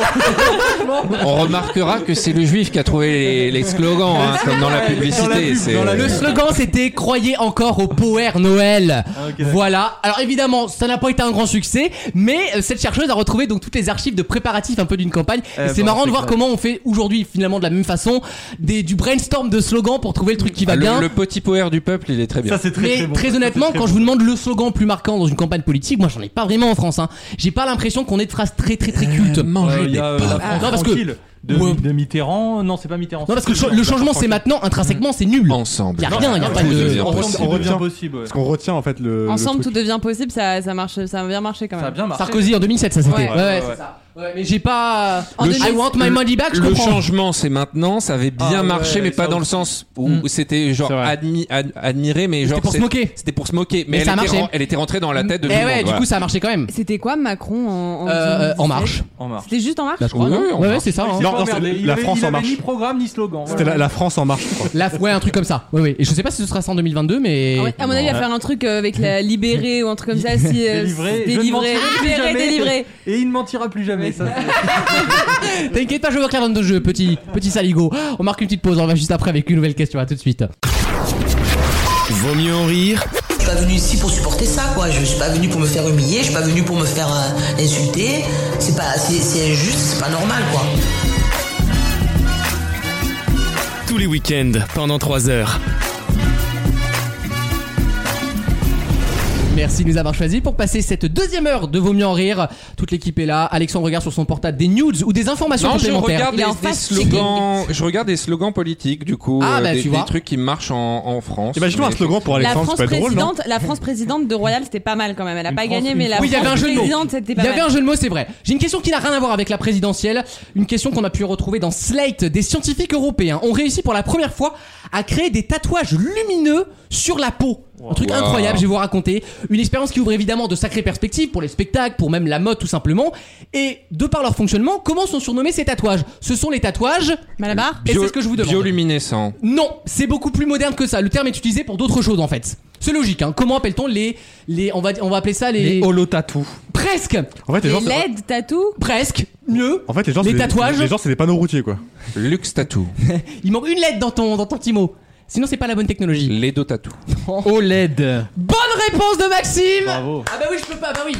Speaker 3: On remarquera que c'est le juif qui a trouvé les, les slogans, hein, comme dans la
Speaker 7: Ouais, dans la
Speaker 3: publicité.
Speaker 7: pub,
Speaker 3: c'est-
Speaker 7: dans la
Speaker 2: Le slogan c'était Croyez encore au Power Noël.
Speaker 7: Ah,
Speaker 2: voilà. Alors évidemment, ça n'a pas été un grand succès, mais euh, cette chercheuse a retrouvé donc toutes les archives de préparatifs un peu d'une campagne.
Speaker 7: Eh
Speaker 2: Et c'est
Speaker 7: ben,
Speaker 2: marrant de
Speaker 7: c'est
Speaker 2: voir
Speaker 7: clair.
Speaker 2: comment on fait aujourd'hui finalement de la même façon des, du brainstorm de slogans pour trouver le truc qui va
Speaker 3: le-
Speaker 2: bien.
Speaker 3: le petit power du peuple, il est très bien.
Speaker 7: Ça c'est Ah, très
Speaker 2: Mais
Speaker 7: très
Speaker 2: très,
Speaker 7: bon.
Speaker 2: honnêtement,
Speaker 7: Ça, c'est
Speaker 2: quand
Speaker 7: très
Speaker 2: je vous demande le slogan plus marquant dans une campagne politique, moi j'en ai pas vraiment en France. Hein. J'ai pas l'impression qu'on ait de phrases très très très cultes.
Speaker 7: bon.
Speaker 3: manger
Speaker 7: Ouais, il y a, euh, la France
Speaker 2: Non, parce que-
Speaker 7: tranquille de,
Speaker 2: Ouais.
Speaker 7: de Mitterrand. Non, c'est pas Mitterrand.
Speaker 2: Non, parce que le cha- le changement c'est maintenant, intrinsèquement c'est nul.
Speaker 3: ensemble.
Speaker 2: Y a rien, y a pas de-
Speaker 3: devient
Speaker 4: on
Speaker 3: possible.
Speaker 7: On revient
Speaker 4: revient.
Speaker 7: possible. ouais.
Speaker 4: Parce qu'on retient en fait le. le
Speaker 6: Ensemble, tout
Speaker 4: truc.
Speaker 6: devient possible, ça, ça, marche, ça a bien marché quand
Speaker 7: Ça a
Speaker 6: même.
Speaker 7: bien marché.
Speaker 2: Sarkozy en 2007, ça c'était.
Speaker 6: Ouais.
Speaker 2: Ouais, ouais,
Speaker 7: Ouais,
Speaker 2: c'est
Speaker 7: ouais.
Speaker 2: ça. Ouais, mais j'ai pas.
Speaker 6: En
Speaker 2: I
Speaker 6: 2007,
Speaker 2: want my money back, Ah, je
Speaker 3: Le
Speaker 2: comprends.
Speaker 3: changement, c'est maintenant. Ça avait bien
Speaker 7: Ah ouais,
Speaker 3: marché, mais pas
Speaker 7: ça
Speaker 3: dans
Speaker 7: aussi.
Speaker 3: le sens où
Speaker 5: Mm.
Speaker 3: c'était genre
Speaker 5: C'est vrai.
Speaker 3: admi- ad- admiré, mais genre
Speaker 2: C'était pour se
Speaker 3: c'est-
Speaker 2: moquer.
Speaker 3: C'était pour se moquer,
Speaker 2: Mais
Speaker 3: mais, elle,
Speaker 2: ça a
Speaker 3: était
Speaker 2: marché.
Speaker 3: ren- elle était rentrée dans la tête de
Speaker 2: Eh
Speaker 3: tout
Speaker 2: ouais,
Speaker 3: le monde,
Speaker 2: du
Speaker 3: voilà.
Speaker 2: coup ça a marché quand même.
Speaker 6: C'était quoi Macron en, en,
Speaker 2: Euh, euh,
Speaker 6: 2017?
Speaker 2: en marche.
Speaker 7: En marche.
Speaker 6: C'était juste en marche
Speaker 2: Bah, je crois,
Speaker 3: Oui,
Speaker 2: non
Speaker 3: oui, en
Speaker 2: ouais, ouais,
Speaker 3: marche.
Speaker 2: c'est ça. hein.
Speaker 4: Non, non, c'est la France en marche.
Speaker 7: Ni programme ni slogan.
Speaker 4: C'était la, la France en marche, je crois.
Speaker 2: La, ouais, un truc comme ça. Oui, oui. Et je sais pas si ce sera ça en 2022, mais.
Speaker 6: Ah ouais, à mon avis, il va faire un truc euh, avec la libérée ou un truc comme ça. Si, euh,
Speaker 7: Délivré, je ne
Speaker 6: délivré,
Speaker 7: mentirai plus
Speaker 6: libéré,
Speaker 7: jamais.
Speaker 6: délivré.
Speaker 7: Et il ne mentira plus jamais. Ça, c'est-
Speaker 2: T'inquiète pas, je vais voir Clarence de jeu, petit, petit saligo. Oh, On marque une petite pause, on va juste après avec une nouvelle question. À tout de suite.
Speaker 1: Vaut mieux en rire
Speaker 11: Je suis pas venu ici pour supporter ça, quoi. Je suis pas venu pour me faire humilier, je suis pas venu pour me faire euh, insulter. C'est pas, c'est c'est injuste, c'est pas normal, quoi.
Speaker 1: tous les week-ends pendant 3 heures.
Speaker 2: Merci de nous avoir choisis pour passer cette deuxième heure de Vaut mieux en rire. Toute l'équipe est là. Alexandre regarde sur son portable des nudes ou des informations
Speaker 3: Non, je
Speaker 2: complémentaires.
Speaker 3: regarde
Speaker 6: Il est
Speaker 3: des,
Speaker 6: en
Speaker 3: des
Speaker 6: face, c'est
Speaker 3: slogans. Je regarde des slogans politiques, du coup, euh,
Speaker 2: Ah, bah,
Speaker 3: des,
Speaker 2: tu vois.
Speaker 3: des trucs qui marchent en, en France.
Speaker 4: Imaginons un
Speaker 3: Mais-
Speaker 4: slogan pour
Speaker 6: La
Speaker 4: Alexandre,
Speaker 6: France,
Speaker 4: c'est pas drôle, non
Speaker 6: présidente, la France présidente de Royal, c'était pas mal quand même. Elle a
Speaker 7: Une
Speaker 6: pas
Speaker 7: France-
Speaker 6: gagné,
Speaker 7: une
Speaker 6: mais la
Speaker 2: Oui, il y avait un
Speaker 6: France
Speaker 2: jeu de mots.
Speaker 6: présidente, c'était
Speaker 2: Il
Speaker 6: pas
Speaker 2: y avait
Speaker 6: mal.
Speaker 2: un jeu de mots, c'est vrai. J'ai une question qui n'a rien à voir avec la présidentielle. Une question qu'on a pu retrouver dans Slate. Des scientifiques européens ont réussi pour la première fois à créer des tatouages lumineux sur la peau. Un truc
Speaker 3: Wow.
Speaker 2: incroyable, je vais vous raconter. Une expérience qui ouvre évidemment de sacrées perspectives pour les spectacles, pour même la mode tout simplement. Et de par leur fonctionnement, comment sont surnommés ces tatouages Ce sont les tatouages.
Speaker 6: Malabar
Speaker 2: Et
Speaker 3: Bio-
Speaker 2: c'est ce que je vous demande.
Speaker 3: Bioluminescent.
Speaker 2: Non, c'est beaucoup plus moderne que ça. Le terme est utilisé pour d'autres choses en fait. C'est logique. Hein. Comment appelle-t-on les les on va on va appeler ça les,
Speaker 5: Les holotatous.
Speaker 2: presque
Speaker 4: En fait, les
Speaker 6: Les
Speaker 4: gens. c'est-
Speaker 6: LED, tatou
Speaker 2: presque mieux
Speaker 4: En fait, les gens,
Speaker 2: Les
Speaker 4: c'est des-
Speaker 2: tatouages
Speaker 4: Les gens, c'est des panneaux routiers, quoi.
Speaker 3: Lux Tattoo.
Speaker 2: Il manque une lettre dans ton, dans ton petit mot. Sinon, c'est pas la bonne technologie.
Speaker 3: Les deux tatous.
Speaker 5: OLED.
Speaker 2: Bonne réponse de Maxime
Speaker 7: Bravo.
Speaker 2: Ah bah oui, je peux pas, bah oui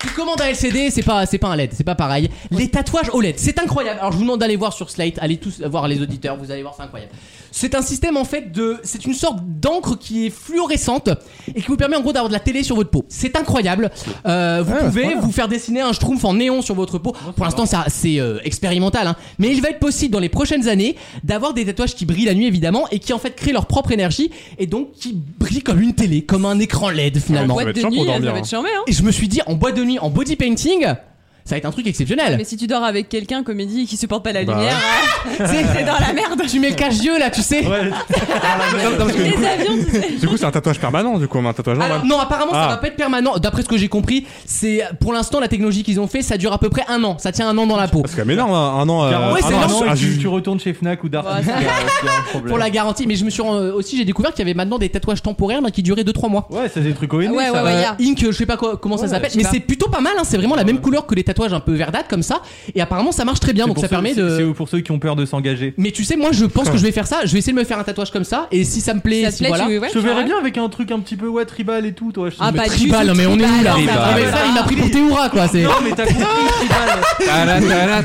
Speaker 2: tu commandes un LCD, c'est pas, c'est pas un LED, c'est pas pareil. E Les tatouages OLED, c'est incroyable. Alors je vous demande d'aller voir sur Slate, allez tous voir les auditeurs, vous allez voir, c'est incroyable. C'est un système en fait de. C'est une sorte d'encre qui est fluorescente et qui vous permet en gros d'avoir de la télé sur votre peau. C'est incroyable. Euh, vous pouvez vous faire dessiner un schtroumpf en néon sur votre peau. Pour l'instant, ça c'est euh, expérimental, hein. mais il va être possible dans les prochaines années d'avoir des tatouages qui brillent la nuit évidemment et qui en fait créent leur propre énergie et donc qui brillent comme une télé, comme un écran LED finalement.
Speaker 6: En boîte Ça va être de chiant nuit, pour dormir, ça va être hein. charmé, hein.
Speaker 2: Et je me suis dit en boîte de nuit, en body painting, ça va être un truc exceptionnel.
Speaker 6: Mais si tu dors avec quelqu'un, comédie, qui supporte pas la
Speaker 2: Bah.
Speaker 6: lumière, hein, c'est c'est dans la merde.
Speaker 2: Tu mets le cache-yeux là, tu sais.
Speaker 6: Les avions, tu sais.
Speaker 4: Du coup, c'est un tatouage permanent, du coup, un tatouage
Speaker 2: Alors,
Speaker 4: normal.
Speaker 2: non, apparemment, ça
Speaker 4: Ah.
Speaker 2: va pas être permanent. D'après ce que j'ai compris, c'est pour l'instant la technologie qu'ils ont fait, ça dure à peu près un an. Ça tient un an dans la peau.
Speaker 4: C'est quand même énorme, un un an. euh,
Speaker 2: Ouais, c'est
Speaker 4: un an,
Speaker 2: énorme.
Speaker 4: un
Speaker 2: Ouais,
Speaker 4: ju-
Speaker 7: Tu retournes chez Fnac ou Darty.
Speaker 2: Ouais, ça-
Speaker 7: euh, s'il y a un problème.
Speaker 2: Pour la garantie, mais je me suis euh, aussi j'ai découvert qu'il y avait maintenant des tatouages temporaires là, qui duraient 2-3 mois.
Speaker 7: Ouais, c'est des trucs ONU.
Speaker 2: ouais,
Speaker 7: ça.
Speaker 2: ouais, ouais, Ink, je sais pas quoi- comment ça
Speaker 7: Ouais,
Speaker 2: s'appelle,
Speaker 7: je sais
Speaker 2: mais
Speaker 7: pas.
Speaker 2: c'est plutôt pas mal. hein, c'est vraiment la même couleur que les tatouages un peu verdâtres comme ça. Et apparemment, ça marche très bien,
Speaker 7: C'est
Speaker 2: donc
Speaker 7: pour
Speaker 2: ça
Speaker 7: ceux-
Speaker 2: permet
Speaker 7: c'est-
Speaker 2: de.
Speaker 7: C'est pour ceux qui ont peur de s'engager.
Speaker 2: Mais tu sais, moi, je pense que je vais faire ça. Je vais essayer de me faire un tatouage comme ça, et si ça me plaît, si voilà.
Speaker 7: je te verrais bien avec un truc un petit peu ouais tribal et tout toi. je-
Speaker 2: Ah, Mais pas du tribal, tout mais on est où, là tribal. Ah, mais ça, il m'a pris pour Théoura, quoi, c'est-
Speaker 7: Non mais t'as compris tribal.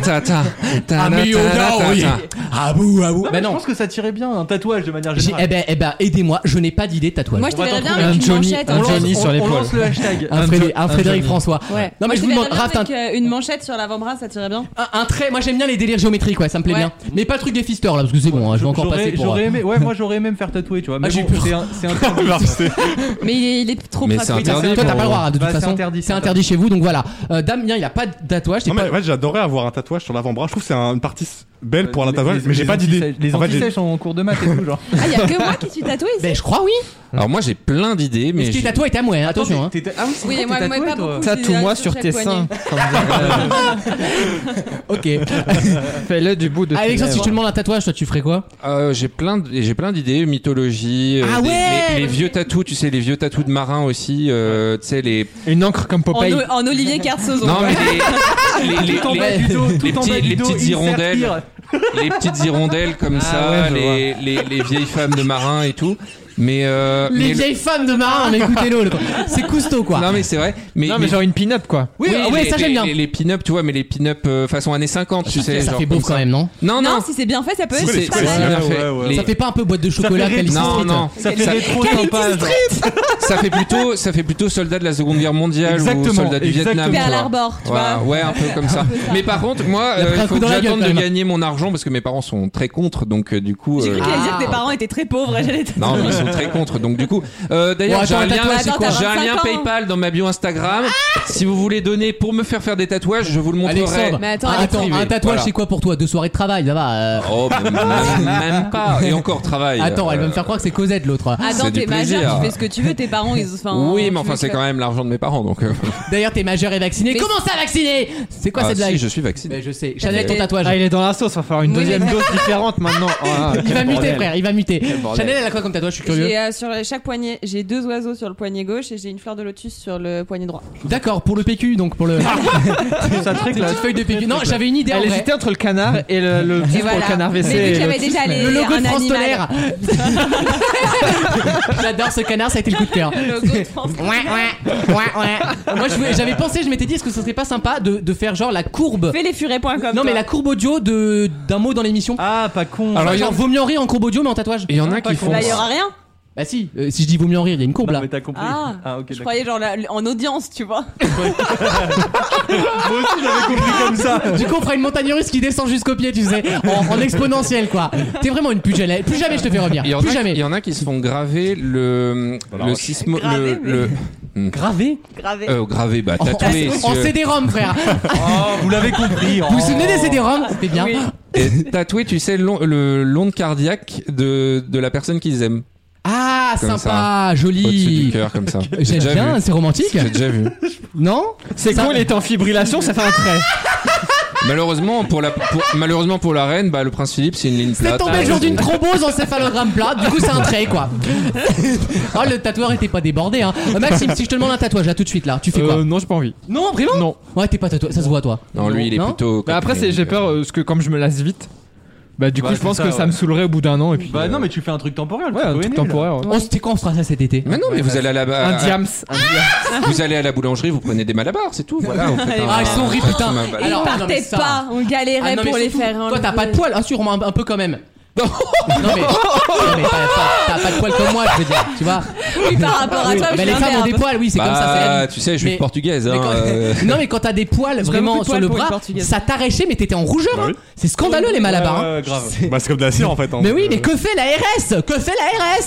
Speaker 2: Ah, mais Yoda, oui. Ah, bouh, ah, bouh.
Speaker 7: Non,
Speaker 2: Bah
Speaker 7: mais Je
Speaker 2: non.
Speaker 7: pense que ça tirait bien un tatouage de manière
Speaker 2: J'ai-
Speaker 7: générale.
Speaker 2: Eh ben, eh ben, aidez-moi, je n'ai pas d'idée de tatouage.
Speaker 7: Moi, je te On va verrais t'en bien trouver avec un. une Johnny- manchette, un
Speaker 2: On lance-
Speaker 7: Johnny
Speaker 2: on-
Speaker 7: sur
Speaker 2: on
Speaker 7: l'épaule.
Speaker 2: lance le hashtag.
Speaker 7: Un
Speaker 2: Un, Frédéric-
Speaker 7: Jo-
Speaker 2: un
Speaker 7: un
Speaker 2: Frédéric
Speaker 7: Johnny.
Speaker 2: François.
Speaker 6: Ouais.
Speaker 2: Non, mais
Speaker 6: Moi,
Speaker 2: je
Speaker 6: te
Speaker 2: vous
Speaker 6: verrais
Speaker 2: demande,
Speaker 6: bien
Speaker 2: Raph, un,
Speaker 6: avec, euh, une manchette sur l'avant-bras, ça tirait bien.
Speaker 2: un- un trait. Moi, j'aime bien les délires géométriques, ouais, ça me plaît bien. Mais pas le truc des fisteurs, là, parce que c'est bon, hein, je vais encore passer
Speaker 7: J'aurais
Speaker 2: pour.
Speaker 7: j'aurais
Speaker 2: euh,
Speaker 7: aimé, ouais, moi j'aurais aimé me faire tatouer, tu vois. Mais
Speaker 2: Ah, j'ai
Speaker 7: bon,
Speaker 2: eu peur.
Speaker 7: c'est un- c'est interdit.
Speaker 6: Mais il est, il est trop
Speaker 2: Mais
Speaker 6: gratuit.
Speaker 2: Toi, t'as pas le droit, hein, de
Speaker 7: Bah,
Speaker 2: toute
Speaker 7: c'est
Speaker 2: façon.
Speaker 7: interdit,
Speaker 2: C'est interdit chez vous, donc voilà. Euh, Damien, il a pas de tatouage. c'est
Speaker 4: Non, mais
Speaker 2: pas-
Speaker 4: ouais, j'adorerais avoir un tatouage sur l'avant-bras. Je trouve que c'est un- une partie s- belle pour un
Speaker 7: Euh, Les-
Speaker 4: tatouage,
Speaker 7: les-
Speaker 4: mais j'ai
Speaker 7: les
Speaker 4: pas d'idée.
Speaker 7: antisèches- Les
Speaker 4: En fait, j'ai-
Speaker 7: antisèches sont en cours de maths et tout, genre.
Speaker 6: Ah, y a que moi qui suis tatouée ici.
Speaker 2: Ben, je crois, oui.
Speaker 3: Alors moi j'ai plein d'idées, mais
Speaker 2: Ce qui est
Speaker 3: j'ai-
Speaker 2: à toi est à moi, hein, attention. hein.
Speaker 7: Ah oui,
Speaker 6: Oui, moi, moi, pas beaucoup. j'ai des
Speaker 5: Tatoue-moi
Speaker 6: arêtes
Speaker 5: sur
Speaker 6: chaque
Speaker 5: tes
Speaker 6: poignet.
Speaker 5: seins. comme dirait-
Speaker 2: Ok.
Speaker 5: Fais-le du bout de tes
Speaker 2: hein. Alexandre, si je
Speaker 5: lèvres.
Speaker 2: te demande un tatouage, toi, tu ferais quoi
Speaker 3: Euh, j'ai plein de- j'ai plein d'idées mythologie euh,
Speaker 2: Ah
Speaker 3: des-
Speaker 2: ouais
Speaker 3: les, les vieux tatous tu sais les vieux tatous de marins aussi euh, tu sais les
Speaker 5: une encre comme
Speaker 6: En, o- en Olivier euh, Cartezon.
Speaker 3: Non, mais
Speaker 6: les,
Speaker 3: les, les-
Speaker 6: tout en
Speaker 3: les-
Speaker 6: bas du dos,
Speaker 3: les
Speaker 6: tout en
Speaker 3: petits-
Speaker 6: bas du
Speaker 3: les
Speaker 6: dos,
Speaker 3: petites
Speaker 6: insert
Speaker 3: hirondelles les petites hirondelles
Speaker 2: Ah
Speaker 3: comme ça
Speaker 5: ouais, je
Speaker 3: les, les- les vieilles femmes de marins et tout mais euh,
Speaker 2: Les
Speaker 3: mais-
Speaker 2: vieilles femmes de marin, Ah, mais écoutez-le, le- c'est Cousteau quoi.
Speaker 3: Non mais c'est vrai. Mais,
Speaker 5: Non, mais genre une pin-up quoi.
Speaker 2: Oui, ah ouais,
Speaker 3: les-
Speaker 2: ça, j'aime
Speaker 3: les-
Speaker 2: bien.
Speaker 3: Les, les pin-up, tu vois, mais les pin-up euh, façon années 50, tu sais.
Speaker 2: ça
Speaker 3: genre
Speaker 2: fait
Speaker 3: comme
Speaker 2: beau quand
Speaker 3: ça.
Speaker 2: même, non
Speaker 3: Non, non.
Speaker 6: Non, si c'est bien fait, ça peut
Speaker 3: C'est-
Speaker 6: être
Speaker 3: c'est-
Speaker 6: pas
Speaker 3: c'est
Speaker 6: mal.
Speaker 3: bien fait. Les-
Speaker 2: Ça fait pas un peu boîte de chocolat
Speaker 3: fait
Speaker 2: Calice
Speaker 3: rétro-
Speaker 2: Street
Speaker 3: Non, non.
Speaker 2: Ça fait
Speaker 3: rétro
Speaker 7: sympa, genre.
Speaker 3: ça fait plutôt, ça fait plutôt soldat de la Seconde Guerre mondiale ou
Speaker 7: Exactement,
Speaker 3: soldat du Vietnam.
Speaker 6: exactement.
Speaker 3: tu vois.
Speaker 6: Pearl Harbor, tu
Speaker 3: Voilà,
Speaker 6: vois.
Speaker 3: Ouais, un peu comme ça. Mais par contre, moi,
Speaker 2: Il a
Speaker 3: euh,
Speaker 2: pris un
Speaker 3: il
Speaker 2: coup
Speaker 3: faut que
Speaker 2: dans la gueule,
Speaker 3: j'attende
Speaker 2: quand
Speaker 3: de
Speaker 2: même.
Speaker 3: gagner mon argent parce que mes parents sont très contre, donc euh, du coup.
Speaker 6: J'ai cru
Speaker 3: euh,
Speaker 6: qu'il allait dire que tes parents étaient très pauvres et j'allais te-
Speaker 3: Non, mais ils sont très contre. Donc du coup, euh, d'ailleurs,
Speaker 2: Bon,
Speaker 3: j'ai
Speaker 2: attends,
Speaker 3: un
Speaker 2: un
Speaker 3: lien,
Speaker 2: tatouage,
Speaker 3: c'est
Speaker 2: attends,
Speaker 3: quoi
Speaker 2: t'as
Speaker 3: J'ai un
Speaker 2: 25
Speaker 3: lien
Speaker 2: ans.
Speaker 3: PayPal dans ma bio Instagram. si vous voulez donner pour me faire faire des tatouages, je vous le montrerai.
Speaker 2: Alexandre,
Speaker 3: en
Speaker 2: attends,
Speaker 3: privé.
Speaker 2: un tatouage
Speaker 3: Voilà.
Speaker 2: c'est quoi pour toi Deux soirées de travail, ça va euh.
Speaker 3: Oh, bah, même, même pas. Et encore travail.
Speaker 2: Attends, elle va
Speaker 3: Euh,
Speaker 2: me faire croire que c'est Cosette l'autre.
Speaker 6: Attends,
Speaker 3: C'est du
Speaker 6: Ah, t'es majeur,
Speaker 3: plaisir.
Speaker 6: tu fais ce que tu veux, tes parents ils. enfin,
Speaker 3: oui, mais
Speaker 6: tu veux
Speaker 3: enfin, c'est
Speaker 6: que-
Speaker 3: quand même l'argent de mes parents, donc. euh,
Speaker 2: D'ailleurs, t'es majeur et vacciné.
Speaker 6: Mais-
Speaker 2: Comment ça vacciné C'est quoi
Speaker 3: Ah,
Speaker 2: cette
Speaker 3: si,
Speaker 2: blague
Speaker 3: je suis vacciné.
Speaker 2: Mais je sais.
Speaker 6: Ça
Speaker 2: Chanel,
Speaker 6: fait-
Speaker 2: ton tatouage.
Speaker 5: Ah, il est dans la sauce, va falloir une
Speaker 6: Oui,
Speaker 5: deuxième
Speaker 6: mais-
Speaker 5: dose différente maintenant. Ah,
Speaker 2: Il va
Speaker 5: quel
Speaker 2: muter,
Speaker 5: bordel.
Speaker 2: frère, il va muter.
Speaker 5: bordel.
Speaker 2: Chanel, elle a quoi comme tatouage Je suis curieux.
Speaker 6: J'ai euh, sur chaque poignet, j'ai deux oiseaux sur le poignet gauche et j'ai une fleur de lotus sur le poignet droit.
Speaker 2: D'accord, pour le PQ, donc pour le.
Speaker 5: Ça très
Speaker 2: Une
Speaker 5: classe.
Speaker 2: petite feuille de PQ. Non, j'avais une idée en
Speaker 5: Elle
Speaker 2: vrai.
Speaker 5: hésitait entre le canard et le, le juste pour le canard WC.
Speaker 6: Mais vu
Speaker 5: et
Speaker 6: que j'avais
Speaker 5: l'autre.
Speaker 6: déjà les,
Speaker 2: Le logo
Speaker 6: un
Speaker 2: de France
Speaker 6: animal-
Speaker 2: Tolère. J'adore ce canard, ça a été le coup de cœur.
Speaker 6: Le logo de France
Speaker 2: Ouais, ouais, ouais, ouais. Moi, je voulais- j'avais pensé, je m'étais dit, est-ce que ce serait pas sympa de, de faire genre la courbe
Speaker 6: Fais les furets.com.
Speaker 2: Non, mais la courbe audio de d'un mot dans l'émission.
Speaker 7: Ah, pas con.
Speaker 3: Alors, il y en-
Speaker 2: genre, vaut mieux en rire en courbe audio, mais en tatouage.
Speaker 3: il y en a qui
Speaker 7: pas
Speaker 3: font.
Speaker 6: Là, il y aura rien.
Speaker 2: Bah, si, euh, si je dis vaut mieux en rire, il y a une courbe
Speaker 7: Non,
Speaker 2: là.
Speaker 7: mais t'as compris.
Speaker 6: Ah,
Speaker 7: ok.
Speaker 6: Je
Speaker 7: d'accord.
Speaker 6: croyais genre la- en audience, tu vois.
Speaker 7: Moi aussi, j'avais compris comme ça.
Speaker 2: Du coup, on fera une montagne russe qui descend jusqu'au pied, tu sais, en, en exponentielle quoi. T'es vraiment une pute, Janelle. Plus jamais je te fais revenir.
Speaker 3: Il y en
Speaker 2: Plus
Speaker 3: a- il
Speaker 2: jamais.
Speaker 3: y en a qui se font graver le.
Speaker 4: la
Speaker 3: Le
Speaker 4: roche.
Speaker 3: sismo.
Speaker 6: Graver,
Speaker 3: Le. le- Hmm.
Speaker 2: Gravé
Speaker 6: Gravé.
Speaker 3: Euh, gravé, bah, tatoué. si
Speaker 2: en
Speaker 3: tu veux.
Speaker 2: CD-ROM, frère.
Speaker 7: Oh, vous l'avez compris.
Speaker 2: Vous vous souvenez des CD-ROM C'était bien.
Speaker 6: Oui.
Speaker 3: Et tatoué, tu sais, l'on- le l'onde cardiaque de, de la personne qu'ils aiment.
Speaker 2: Ah,
Speaker 3: Comme
Speaker 2: sympa,
Speaker 3: Au-dessus du
Speaker 2: joli.
Speaker 3: cœur, comme ça. J'ai
Speaker 2: J'aime
Speaker 3: déjà
Speaker 2: bien,
Speaker 3: vu.
Speaker 2: c'est romantique.
Speaker 3: J'ai déjà vu.
Speaker 2: Non
Speaker 5: C'est
Speaker 2: Ça-
Speaker 5: con, il est en fibrillation, ça fait un trait.
Speaker 3: Malheureusement, pour la, pour- malheureusement pour la reine, bah, le prince Philippe, c'est une ligne plate. Ah,
Speaker 2: C'est tombé le jour d'une thrombose en céphalogramme plat, du coup c'est un trait quoi. oh le tatoueur était pas débordé hein. Euh, Maxime, si je te demande un tatouage là tout de suite là, tu fais quoi
Speaker 5: Euh, non, j'ai pas envie.
Speaker 2: Non, vraiment
Speaker 5: Non.
Speaker 2: Ouais, t'es pas tatoué, ça se voit toi.
Speaker 3: Non, lui, il est
Speaker 2: Non
Speaker 3: plutôt.
Speaker 5: Bah après, c'est- j'ai peur euh, parce que comme je me lasse vite, bah du coup,
Speaker 7: Bah,
Speaker 5: je pense
Speaker 7: c'est
Speaker 5: que
Speaker 7: ça,
Speaker 5: ça me
Speaker 7: ouais.
Speaker 5: saoulerait au bout d'un an et puis.
Speaker 7: Bah
Speaker 5: euh,
Speaker 7: non, mais tu fais un truc temporaire. le
Speaker 5: ouais, un
Speaker 7: truc
Speaker 5: truc
Speaker 7: ONU, là.
Speaker 5: temporaire. ouais.
Speaker 2: On se qu'on fera ça cet été.
Speaker 3: Mais non, mais vous allez à la.
Speaker 5: Un
Speaker 3: à-
Speaker 5: diams. un diams.
Speaker 3: Vous allez à la boulangerie, vous prenez des malabars, c'est tout. Voilà, vous faites un-
Speaker 2: Ah, ils sont riches, putain.
Speaker 3: un-
Speaker 2: Alors,
Speaker 6: Ils
Speaker 2: non, mais
Speaker 6: partaient
Speaker 2: ça-
Speaker 6: pas, on
Speaker 2: Ah
Speaker 6: galérait
Speaker 2: non, mais
Speaker 6: pour les
Speaker 2: surtout,
Speaker 6: faire. hein,
Speaker 2: Toi t'as
Speaker 6: enlever.
Speaker 2: pas de poils, ah sûrement un, un peu quand même. Non mais, non, mais t'as, t'as- t'as pas de poils comme moi, je veux dire, tu vois.
Speaker 6: Oui, par rapport à toi,
Speaker 2: mais
Speaker 6: je suis
Speaker 2: les
Speaker 6: un
Speaker 2: femmes ont des
Speaker 6: verbe.
Speaker 2: poils, oui, c'est comme ça. c'est la
Speaker 3: Bah,
Speaker 2: vie.
Speaker 3: tu sais, je
Speaker 2: Mais-
Speaker 3: suis portugaise. Hein, euh.
Speaker 2: Non mais quand t'as des poils
Speaker 6: Parce que
Speaker 2: vraiment
Speaker 6: beaucoup de
Speaker 2: sur
Speaker 6: poils
Speaker 2: le
Speaker 6: pour une
Speaker 2: bras,
Speaker 6: Portugaise.
Speaker 2: ça t'arrachait mais t'étais en rougeur. hein. C'est scandaleux les malabars. hein.
Speaker 4: grave. Bah, c'est comme de la cire en fait. hein.
Speaker 2: Mais oui, mais que fait la RS Que fait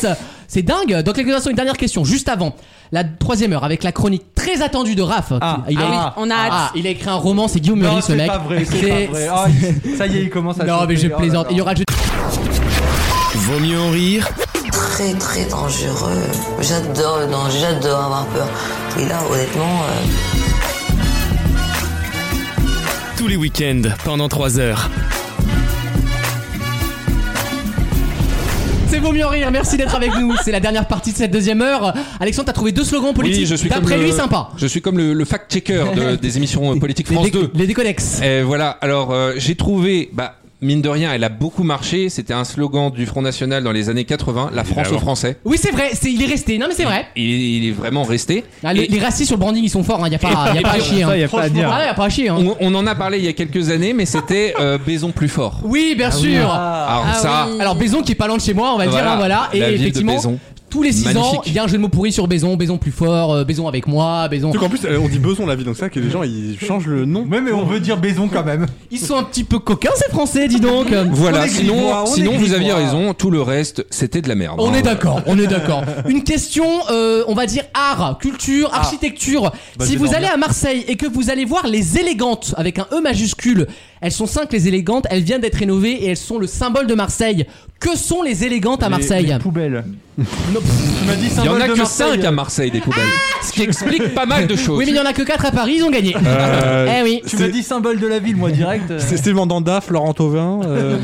Speaker 2: la RS C'est dingue. Donc les questions, une dernière question juste avant la troisième heure avec la chronique très attendue de Raph.
Speaker 7: Ah,
Speaker 2: il a,
Speaker 7: ah oui, on a hâte.
Speaker 2: Ah, il a écrit un roman, c'est Guillaume
Speaker 7: Non,
Speaker 2: Meurice ce
Speaker 7: c'est
Speaker 2: mec.
Speaker 7: pas vrai, c'est
Speaker 2: C'est-
Speaker 7: pas vrai. Ah, il- ça y est, il commence à
Speaker 2: Non
Speaker 7: chauffer.
Speaker 2: mais je
Speaker 7: Oh là
Speaker 2: plaisante.
Speaker 7: là.
Speaker 2: Il y aura le jeu-
Speaker 1: Vaut mieux en rire
Speaker 11: Très très dangereux. J'adore le danger, j'adore avoir peur. Et là, honnêtement. euh,
Speaker 1: tous les week-ends pendant 3 heures.
Speaker 2: C'est vaut mieux en rire. Merci d'être avec nous. C'est la dernière partie de cette deuxième heure. Alexandre, t'as trouvé deux slogans politiques.
Speaker 3: Oui, je suis
Speaker 2: D'après
Speaker 3: comme
Speaker 2: lui,
Speaker 3: le-
Speaker 2: sympa.
Speaker 3: Je suis comme le, le fact-checker de- des émissions euh, politiques France Eh. 2.
Speaker 2: Les déconnexes.
Speaker 3: Et voilà, alors euh, j'ai trouvé, bah, mine de rien, elle a beaucoup marché. C'était un slogan du Front National dans les années 80, la France aux
Speaker 2: Évidemment.
Speaker 3: Français.
Speaker 2: Oui, c'est vrai. C'est il est resté. Non mais c'est vrai.
Speaker 3: Il, il est vraiment resté.
Speaker 2: Ah, les,
Speaker 3: Et-
Speaker 2: les racistes sur le branding, ils sont forts. Il y a pas, y a pas à chier. hein. Ah, y a pas à chier. hein.
Speaker 3: On, on en a parlé il y a quelques années, mais c'était euh, Baison plus fort.
Speaker 2: Oui, bien
Speaker 3: Ah oui.
Speaker 2: sûr.
Speaker 3: Ah. Alors ça-
Speaker 2: Mm. Alors Baison qui est pas loin de chez moi, on va le dire.
Speaker 3: Voilà.
Speaker 2: hein, voilà. Et
Speaker 3: La ville de
Speaker 2: effectivement,
Speaker 3: Baison.
Speaker 2: tous les 6 ans,
Speaker 4: Magnifique.
Speaker 2: il y a un jeu de mots pourri sur Baison. Baison plus fort, euh, Baison avec moi, Baison.
Speaker 4: Surtout qu'en plus, euh, on dit Beson la vie, donc c'est vrai que les gens ils changent le nom.
Speaker 7: Ouais, mais on veut dire Baison quand même.
Speaker 2: Ils sont un petit peu coquins ces Français, dis donc.
Speaker 3: Voilà, sinon, sinon vous aviez raison, tout le reste c'était de la merde.
Speaker 2: On
Speaker 3: hein.
Speaker 2: est d'accord, on est d'accord. Une question, euh, on va dire art, culture, architecture.
Speaker 3: Ah. Bah,
Speaker 2: si
Speaker 3: je vais
Speaker 2: vous allez
Speaker 3: dormir.
Speaker 2: à Marseille et que vous allez voir les élégantes avec un E majuscule, elles sont cinq les élégantes, elles viennent d'être rénovées et elles sont le symbole de Marseille. Que sont les élégantes à
Speaker 7: Les-
Speaker 2: Marseille
Speaker 7: les poubelles.
Speaker 2: Non, pff,
Speaker 7: Tu m'as dit
Speaker 3: Il y en
Speaker 7: symbole
Speaker 3: a
Speaker 7: de
Speaker 3: que
Speaker 7: Marseille.
Speaker 3: 5 à Marseille des poubelles. Ce qui explique pas mal de choses.
Speaker 2: Ah. Oui, mais il y en a que 4 à Paris, ils ont gagné.
Speaker 4: Euh,
Speaker 2: eh oui.
Speaker 7: Tu m'as dit symbole de la ville, moi direct. euh.
Speaker 4: C'est Steve Mandanda, Florent Tauvin. euh,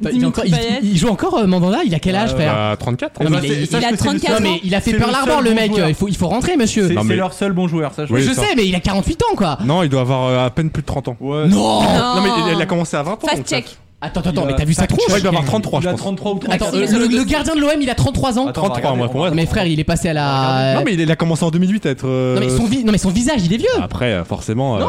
Speaker 2: Bah, il, est encore- il-
Speaker 6: Payet.
Speaker 2: il joue encore euh, Mandanda, il a quel âge, frère
Speaker 4: bah, 34.
Speaker 2: Non, mais
Speaker 7: Bah,
Speaker 2: il,
Speaker 7: c'est-
Speaker 2: il-
Speaker 7: sache
Speaker 6: il a
Speaker 7: que c'est le
Speaker 6: 34
Speaker 7: seul-
Speaker 2: non, mais il a fait
Speaker 7: c'est
Speaker 2: Pearl
Speaker 7: le
Speaker 2: Harbor,
Speaker 7: seul hein.
Speaker 2: le
Speaker 7: bon
Speaker 2: mec, euh,
Speaker 7: joueur.
Speaker 2: il faut, il faut rentrer, monsieur.
Speaker 7: C'est
Speaker 4: Non,
Speaker 7: c'est
Speaker 4: mais-
Speaker 7: leur seul bon joueur, ça.
Speaker 4: Oui,
Speaker 2: je
Speaker 4: ça.
Speaker 2: sais, mais il a 48 ans, quoi.
Speaker 4: Non, il doit avoir euh, à peine plus de 30 ans.
Speaker 2: Non
Speaker 4: Non, mais il- il a commencé à 20 ans.
Speaker 6: Fast
Speaker 4: donc ça-
Speaker 6: check.
Speaker 2: Attends, attends, attends,
Speaker 7: Il
Speaker 2: mais
Speaker 7: a-
Speaker 2: t'as vu sa tronche
Speaker 4: Ouais, il doit avoir 33,
Speaker 7: Il
Speaker 4: je
Speaker 7: a
Speaker 4: pense.
Speaker 7: 33 ou 34.
Speaker 2: Attends, euh, le, le gardien de l'OM, il a 33 ans.
Speaker 7: Attends,
Speaker 4: 33, moi, pour moi.
Speaker 2: Mais frère, il est passé à la.
Speaker 4: Non, mais il il a commencé en 2008 à être. euh,
Speaker 2: Non, mais son, vi- non, mais son visage, il est vieux.
Speaker 4: Après, euh, forcément. euh,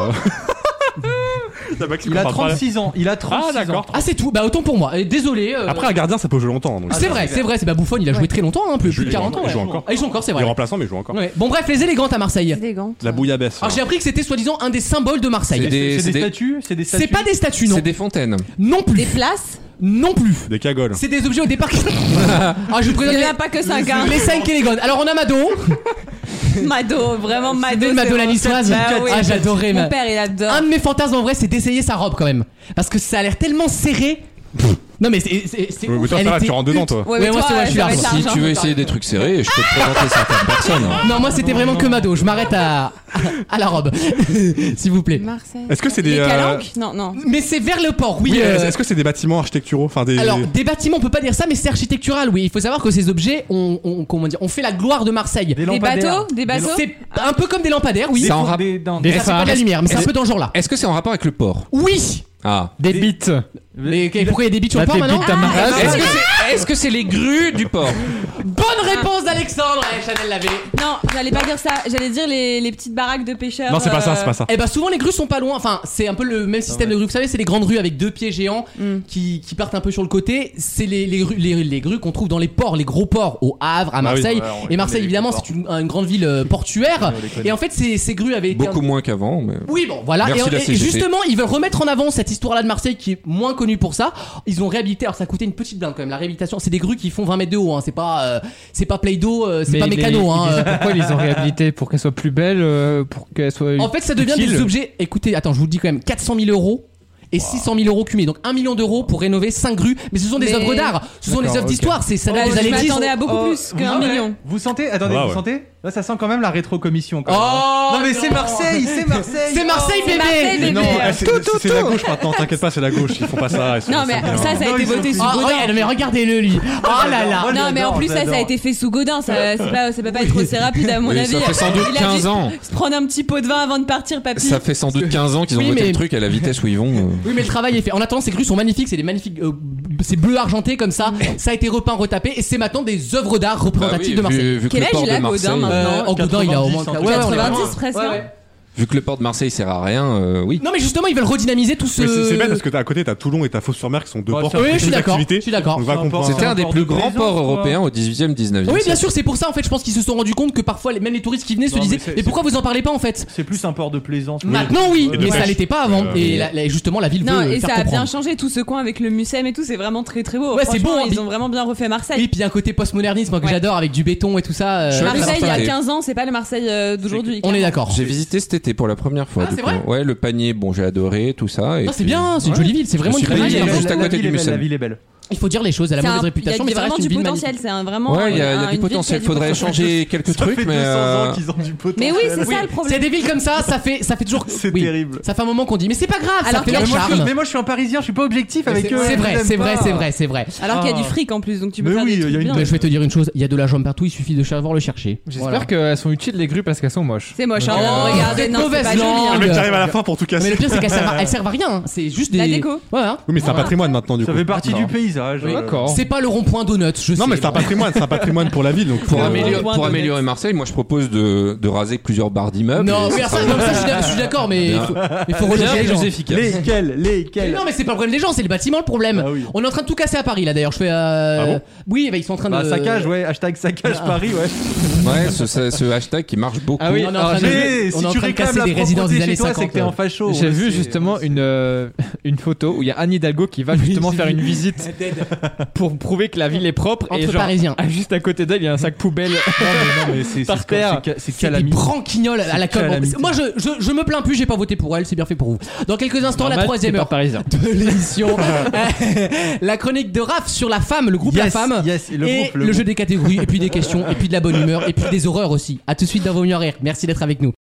Speaker 4: Ça va que tu
Speaker 7: Il a
Speaker 4: comprends pas.
Speaker 7: 36 ans. Il a 36 ans.
Speaker 4: Ah, d'accord.
Speaker 2: Ah, c'est tout. Bah, autant pour moi. Euh, Désolé. euh,
Speaker 4: Après, un gardien, ça peut jouer longtemps. donc.
Speaker 2: c'est vrai, c'est vrai, c'est pas Bouffon, il a joué très longtemps, hein, plus, plus de
Speaker 4: Il
Speaker 2: 40 ans.
Speaker 4: joue
Speaker 2: ouais.
Speaker 4: encore.
Speaker 2: Ah, il joue encore, c'est
Speaker 4: Il est
Speaker 2: vrai.
Speaker 4: remplaçant, mais il joue encore.
Speaker 2: Ouais. Bon, bref, les élégantes à Marseille.
Speaker 6: Élégante.
Speaker 4: La bouillabaisse.
Speaker 2: Alors, j'ai appris que c'était soi-disant un des symboles de Marseille.
Speaker 3: C'est des,
Speaker 7: C'est
Speaker 3: c'est
Speaker 7: des
Speaker 3: des,
Speaker 7: statues C'est des
Speaker 2: C'est
Speaker 7: statues
Speaker 2: pas des statues, non.
Speaker 3: c'est des fontaines.
Speaker 2: Non
Speaker 6: Des
Speaker 2: plus.
Speaker 6: places
Speaker 2: Non plus.
Speaker 4: Des cagoles.
Speaker 2: C'est des objets au départ qui. ah, je vous
Speaker 6: Il
Speaker 2: présente
Speaker 6: n'y
Speaker 2: les,
Speaker 6: en a pas que 5 hein.
Speaker 2: les 5 élégantes. Alors, on a Mado.
Speaker 6: Mado, vraiment Mado.
Speaker 2: C'était le Mado
Speaker 6: c'est
Speaker 2: la
Speaker 6: mon-
Speaker 2: niçoise.
Speaker 6: Bah oui.
Speaker 2: Ah, j'adorais, ma-
Speaker 6: Mon père, il adore.
Speaker 2: Un de mes fantasmes en vrai, c'est d'essayer sa robe quand même. Parce que ça a l'air tellement serré. non, mais c'est. c'est- c'est
Speaker 4: Oui,
Speaker 2: ouf.
Speaker 4: mais toi,
Speaker 2: Elle
Speaker 4: ça va,
Speaker 2: était
Speaker 4: tu rentres dedans,
Speaker 2: hut.
Speaker 4: toi.
Speaker 2: Ouais,
Speaker 6: Ouais, mais
Speaker 2: moi,
Speaker 6: toi,
Speaker 2: Ah, bah, c'est Ah. vrai, je suis
Speaker 6: ça va
Speaker 2: large.
Speaker 6: être
Speaker 3: Si
Speaker 6: l'argent,
Speaker 3: tu veux
Speaker 6: toi.
Speaker 3: essayer des trucs serrés, je peux te présenter certaines personnes. hein.
Speaker 2: Non, moi c'était vraiment que Mado. Je m'arrête à, à la robe, s'il vous plaît.
Speaker 6: Marseille.
Speaker 4: Est-ce que c'est des.
Speaker 6: Les
Speaker 4: euh,
Speaker 6: calanques Non, non.
Speaker 2: Mais c'est vers le port, oui.
Speaker 4: Oui,
Speaker 2: euh,
Speaker 4: est-ce que c'est des bâtiments architecturaux Enfin, des.
Speaker 2: Alors, des bâtiments, on peut pas dire ça, mais c'est architectural, oui. Il faut savoir que ces objets ont, ont- comment dire, ont fait la gloire de Marseille.
Speaker 6: Des bateaux Des bateaux
Speaker 2: C'est un peu comme des lampadaires, oui.
Speaker 3: Des-
Speaker 2: Ça
Speaker 3: en rap-
Speaker 7: des, non,
Speaker 5: Des
Speaker 2: fait pas de la
Speaker 5: phares.
Speaker 2: lumière, mais c'est un
Speaker 3: Est-ce-
Speaker 2: peu dans ce genre-là.
Speaker 3: Est-ce que c'est en rapport avec le port
Speaker 2: Oui
Speaker 3: Ah.
Speaker 5: Des bites.
Speaker 2: Mais ok, pourquoi il y a des bitches au
Speaker 5: Bah,
Speaker 2: port
Speaker 5: des
Speaker 2: maintenant
Speaker 5: bites à Marseille.
Speaker 2: Ah,
Speaker 3: Est-ce que c'est est-ce que c'est les grues du port
Speaker 2: Bonne réponse d'Alexandre Eh, Chanel l'avait.
Speaker 6: Non, j'allais pas dire ça. J'allais dire les, les petites baraques de pêcheurs.
Speaker 4: Non, c'est pas ça, c'est pas ça.
Speaker 2: Eh bah souvent les grues sont pas loin, enfin c'est un peu le même système de grues, vous savez c'est les grandes rues avec deux pieds géants
Speaker 6: Mm.
Speaker 2: qui, qui partent un peu sur le côté, c'est les, les, rues- les, les grues qu'on trouve dans les ports, les gros ports, au Havre, à
Speaker 4: Bah oui,
Speaker 2: Marseille,
Speaker 4: ouais, on
Speaker 2: et
Speaker 4: connaît
Speaker 2: Marseille
Speaker 4: les
Speaker 2: évidemment
Speaker 4: gros
Speaker 2: c'est une, une grande ville euh, portuaire, et en fait ces, ces grues avaient été...
Speaker 3: Beaucoup moins qu'avant, mais.
Speaker 2: Oui bon voilà,
Speaker 3: Merci,
Speaker 2: et,
Speaker 3: la
Speaker 2: et
Speaker 3: CGT.
Speaker 2: justement ils veulent remettre en avant cette histoire là de Marseille qui est moins connue pour ça, ils ont réhabilité, alors ça coûtait une petite blinde quand même, la réhabilitation, c'est des grues qui font 20 mètres de haut, hein. c'est pas, euh, c'est pas Play-Doh, euh, c'est
Speaker 5: Mais
Speaker 2: pas
Speaker 5: les-
Speaker 2: mécano.
Speaker 5: ils
Speaker 2: hein.
Speaker 5: les- Pourquoi ils les ont réhabilités Pour qu'elles soient plus belles euh, Pour qu'elles soient.
Speaker 2: En fait, ça devient des
Speaker 5: utiles
Speaker 2: objets. Écoutez, attends, je vous le dis quand même 400 000 euros et 600 000 euros cumulés. Donc 1 million d'euros pour rénover 5 grues. Mais ce sont des
Speaker 6: Mais-
Speaker 2: œuvres d'art. Ce sont des œuvres
Speaker 5: ok.
Speaker 2: d'histoire. C'est ça date
Speaker 6: Bah,
Speaker 2: des
Speaker 6: je
Speaker 2: années 10.
Speaker 6: m'attendais à beaucoup
Speaker 7: Oh,
Speaker 6: plus qu'un
Speaker 7: ouais.
Speaker 6: million.
Speaker 7: Vous sentez Attendez,
Speaker 4: Ah
Speaker 7: vous
Speaker 4: ouais.
Speaker 7: sentez Là, ça sent quand même la rétrocommission. Quand
Speaker 2: Oh,
Speaker 7: même. non, mais c'est
Speaker 2: non.
Speaker 7: Marseille, c'est Marseille.
Speaker 2: C'est Marseille,
Speaker 6: C'est Marseille,
Speaker 2: bébé.
Speaker 6: bébé.
Speaker 4: Non, eh, c'est
Speaker 5: Tout, tout,
Speaker 4: c'est la
Speaker 5: tout.
Speaker 4: gauche maintenant, t'inquiète pas, c'est la gauche, ils font pas ça. ils sont-
Speaker 6: Non, mais
Speaker 4: ils sont
Speaker 6: ça, ça a
Speaker 7: Non,
Speaker 6: été
Speaker 7: ils sont
Speaker 6: voté
Speaker 7: plus-
Speaker 6: sous
Speaker 2: Ah,
Speaker 6: Godin.
Speaker 2: regarde, mais regardez-le lui. Oh là là.
Speaker 7: Moi,
Speaker 6: Non, mais en
Speaker 7: j'adore,
Speaker 6: plus, ça, ça a
Speaker 7: j'adore.
Speaker 6: été fait sous Godin. Ça, c'est pas, ça peut pas être aussi rapide, à mon
Speaker 3: Oui,
Speaker 6: avis.
Speaker 3: ça fait sans doute
Speaker 6: Il a dû
Speaker 3: 15 ans.
Speaker 6: Se prendre un petit pot de vin avant de partir, papy.
Speaker 3: Ça fait sans doute 15 ans qu'ils ont
Speaker 2: Oui,
Speaker 3: voté
Speaker 2: mais-
Speaker 3: le truc à la vitesse où ils vont. euh.
Speaker 2: Oui, mais le travail est fait. En attendant, ces grues sont magnifiques. C'est des magnifiques. euh, c'est bleu argenté comme ça. Ça a été repeint, retapé. Et c'est maintenant des œuvres d'art
Speaker 3: Mm. Bah oui,
Speaker 2: représentatives de Marseille.
Speaker 3: vu, vu que
Speaker 6: Quel
Speaker 3: le
Speaker 6: âge
Speaker 3: port
Speaker 6: il
Speaker 3: de
Speaker 6: a, Godin,
Speaker 3: Marseille.
Speaker 6: maintenant
Speaker 2: Euh, en Godin, il a au moins ouais,
Speaker 7: 90,
Speaker 2: ouais, on est vraiment-
Speaker 6: 90 presque.
Speaker 2: Ouais,
Speaker 6: hein.
Speaker 2: ouais.
Speaker 3: vu que le port de Marseille sert à rien, euh, oui.
Speaker 2: Non mais justement ils veulent redynamiser tout ce.
Speaker 4: Mais c'est- c'est bête parce que t'as à côté, t'as Toulon et t'as Fos-sur-Mer qui sont deux
Speaker 2: Ouais,
Speaker 4: ports
Speaker 2: ça-
Speaker 4: qui
Speaker 2: oui,
Speaker 4: ont
Speaker 2: je suis
Speaker 4: des
Speaker 2: d'accord,
Speaker 4: activités.
Speaker 2: je suis d'accord.
Speaker 4: On va
Speaker 2: C'est un
Speaker 4: comprendre.
Speaker 3: C'était un des plus grands ports
Speaker 2: quoi.
Speaker 3: européens au 18e, 19e.
Speaker 2: Oui, bien sûr, c'est pour ça en fait. Je pense qu'ils se sont rendus compte que parfois, les- même les touristes qui venaient se
Speaker 7: Non, mais
Speaker 2: disaient
Speaker 7: c'est-
Speaker 2: mais,
Speaker 7: c'est-
Speaker 2: pourquoi vous en parlez pas en fait
Speaker 7: C'est plus un port de plaisance.
Speaker 2: Maintenant, oui,
Speaker 7: Et de
Speaker 2: mais ça
Speaker 7: pêche.
Speaker 2: l'était pas avant.
Speaker 7: Euh,
Speaker 2: et la- la- justement, la ville
Speaker 6: Non,
Speaker 2: veut
Speaker 6: et
Speaker 2: faire
Speaker 6: ça a
Speaker 2: comprendre.
Speaker 6: bien changé tout ce coin avec le Mucem et tout, c'est vraiment très très beau.
Speaker 2: Ouais, c'est
Speaker 6: Franchement,
Speaker 2: beau, hein,
Speaker 6: Ils
Speaker 2: mais-
Speaker 6: ont vraiment bien refait Marseille.
Speaker 2: Et puis il y a un côté postmodernisme moi, que j'adore avec du béton et tout ça. euh,
Speaker 6: Marseille, il y a 15 ans, c'est pas le Marseille euh,
Speaker 2: On
Speaker 6: d'aujourd'hui.
Speaker 2: est
Speaker 6: clairement.
Speaker 2: d'accord.
Speaker 3: J'ai visité cet été pour la première fois.
Speaker 6: Ah,
Speaker 3: du
Speaker 6: c'est
Speaker 3: coup.
Speaker 6: vrai
Speaker 3: ouais, le panier, bon, j'ai adoré tout ça. et
Speaker 2: Ah, c'est
Speaker 3: puis-
Speaker 2: bien, c'est une
Speaker 3: Ouais.
Speaker 2: jolie ville, c'est
Speaker 3: Je
Speaker 2: vraiment
Speaker 3: suis
Speaker 2: une très belle
Speaker 3: allé
Speaker 2: ville.
Speaker 3: Juste à
Speaker 2: La
Speaker 3: côté
Speaker 2: ville
Speaker 3: du
Speaker 2: est belle, la
Speaker 3: Mucem.
Speaker 2: ville est belle. Il faut dire les choses, elle a
Speaker 6: C'est
Speaker 2: la
Speaker 6: un-
Speaker 2: mauvaise réputation,
Speaker 6: Il y
Speaker 2: mais
Speaker 6: a
Speaker 2: ça reste
Speaker 6: vraiment
Speaker 2: une
Speaker 6: du
Speaker 2: ville
Speaker 6: potentiel,
Speaker 2: magnifique.
Speaker 6: c'est un- vraiment. euh,
Speaker 3: ouais, il y a, il y a
Speaker 6: un- une
Speaker 3: du
Speaker 6: ville qui a
Speaker 3: potentiel.
Speaker 6: du
Speaker 3: Faudrait
Speaker 6: potentiel.
Speaker 3: changer quelques trucs, mais. euh,
Speaker 6: Mais oui, c'est ça le problème.
Speaker 2: C'est des villes comme ça, ça fait, ça fait toujours. C'est terrible. Ça fait un moment qu'on dit, mais c'est pas grave,
Speaker 6: Alors
Speaker 2: ça fait
Speaker 6: qu'il y a-
Speaker 2: leur
Speaker 6: Mais moi, je
Speaker 2: charme.
Speaker 6: suis-
Speaker 5: Mais moi je suis un parisien, je suis pas objectif
Speaker 2: Mais
Speaker 5: avec
Speaker 2: c'est-
Speaker 5: eux.
Speaker 2: c'est
Speaker 5: je
Speaker 2: vrai,
Speaker 5: les aime
Speaker 2: c'est vrai,
Speaker 5: pas.
Speaker 2: c'est vrai, c'est vrai.
Speaker 6: Alors qu'il y a du
Speaker 5: Ah.
Speaker 6: fric en plus, donc tu peux faire des trucs bien.
Speaker 2: Mais je vais te dire une chose, il y a de la jambe partout, il suffit de savoir le chercher.
Speaker 5: J'espère qu'elles sont utiles les grues parce qu'elles sont moches.
Speaker 6: C'est moche, hein.
Speaker 2: Oh,
Speaker 6: Regardez, non, c'est
Speaker 2: mauvaise
Speaker 6: pas joli.
Speaker 2: langue.
Speaker 6: hein.
Speaker 4: Le mec qui arrive à la fin pour tout casser.
Speaker 2: Mais le pire, c'est qu'elles servent, à- elles servent à rien, hein. c'est juste des.
Speaker 6: La déco.
Speaker 2: Ouais, hein.
Speaker 4: Oui, mais c'est un
Speaker 2: Voilà.
Speaker 4: patrimoine maintenant du
Speaker 7: Ça
Speaker 4: coup.
Speaker 7: fait partie du
Speaker 4: D'accord.
Speaker 7: paysage.
Speaker 2: Oui.
Speaker 7: euh,
Speaker 2: C'est pas le rond-point Donuts, je sais.
Speaker 4: Non, mais c'est un
Speaker 2: bon.
Speaker 4: patrimoine, c'est un patrimoine pour la ville. Donc
Speaker 3: Pour,
Speaker 4: faut-
Speaker 3: améliorer,
Speaker 2: point
Speaker 3: pour
Speaker 2: de
Speaker 3: améliorer Marseille, moi je propose de, de raser plusieurs barres d'immeubles.
Speaker 2: Non,
Speaker 3: Et
Speaker 2: oui,
Speaker 3: ça
Speaker 2: alors ça,
Speaker 3: sera-
Speaker 2: non, ça, je suis d'ac- je suis d'accord, mais il
Speaker 3: Bien.
Speaker 2: faut, mais faut reloger
Speaker 3: Bien
Speaker 2: les
Speaker 3: plus
Speaker 2: gens.
Speaker 3: efficace.
Speaker 7: Lesquels
Speaker 2: Mais
Speaker 7: Lesquels
Speaker 2: non, mais c'est pas le problème des gens, c'est le bâtiment le problème. On est en train de tout casser à Paris là d'ailleurs. Je fais. euh,
Speaker 7: Ah bon
Speaker 2: oui, bah, ils sont en train
Speaker 7: Bah,
Speaker 2: de.
Speaker 7: saccage, ouais, hashtag saccage
Speaker 2: Ah.
Speaker 7: Paris, ouais.
Speaker 3: Ouais, ce, ce- ce hashtag qui marche beaucoup.
Speaker 5: Ah oui,
Speaker 2: On est en
Speaker 5: alors,
Speaker 2: train de-
Speaker 5: j'ai-
Speaker 2: on est
Speaker 7: si
Speaker 2: en
Speaker 7: tu
Speaker 2: train de
Speaker 7: réclames
Speaker 2: casser
Speaker 7: la
Speaker 2: des résidences
Speaker 7: propreté
Speaker 2: des
Speaker 7: chez
Speaker 2: années
Speaker 7: toi, c'est
Speaker 2: 50.
Speaker 7: que t'es en
Speaker 2: Oh,
Speaker 7: facho.
Speaker 5: J'ai
Speaker 7: ouais,
Speaker 5: vu
Speaker 7: c'est-
Speaker 5: justement une, euh, une photo où il y a Anne Hidalgo qui va justement faire une visite pour prouver que la ville est propre. et
Speaker 2: Entre
Speaker 5: genre,
Speaker 2: Parisiens.
Speaker 5: ah, juste à côté d'elle, il y a un sac poubelle
Speaker 7: Non, mais c'est-
Speaker 5: par
Speaker 7: c'est-
Speaker 5: terre.
Speaker 7: c'est- C'est
Speaker 2: C'est des
Speaker 7: calamité.
Speaker 2: branquignoles à la
Speaker 7: C'est
Speaker 2: com.
Speaker 7: calamité.
Speaker 2: Moi, je, je, je me plains plus, j'ai pas voté pour elle, c'est bien fait pour vous. Dans quelques instants, la
Speaker 5: Normal,
Speaker 2: troisième
Speaker 5: c'est pas
Speaker 2: heure
Speaker 5: parisien.
Speaker 2: de l'émission. la chronique de Raph sur la femme, le groupe
Speaker 7: Yes,
Speaker 2: La Femme.
Speaker 7: yes, et le
Speaker 2: et
Speaker 7: groupe, le
Speaker 2: le, jeu des catégories, et puis des questions, et puis de la bonne humeur, et puis des horreurs aussi. À tout de suite dans Vos Mieux en Rire. Merci d'être avec nous.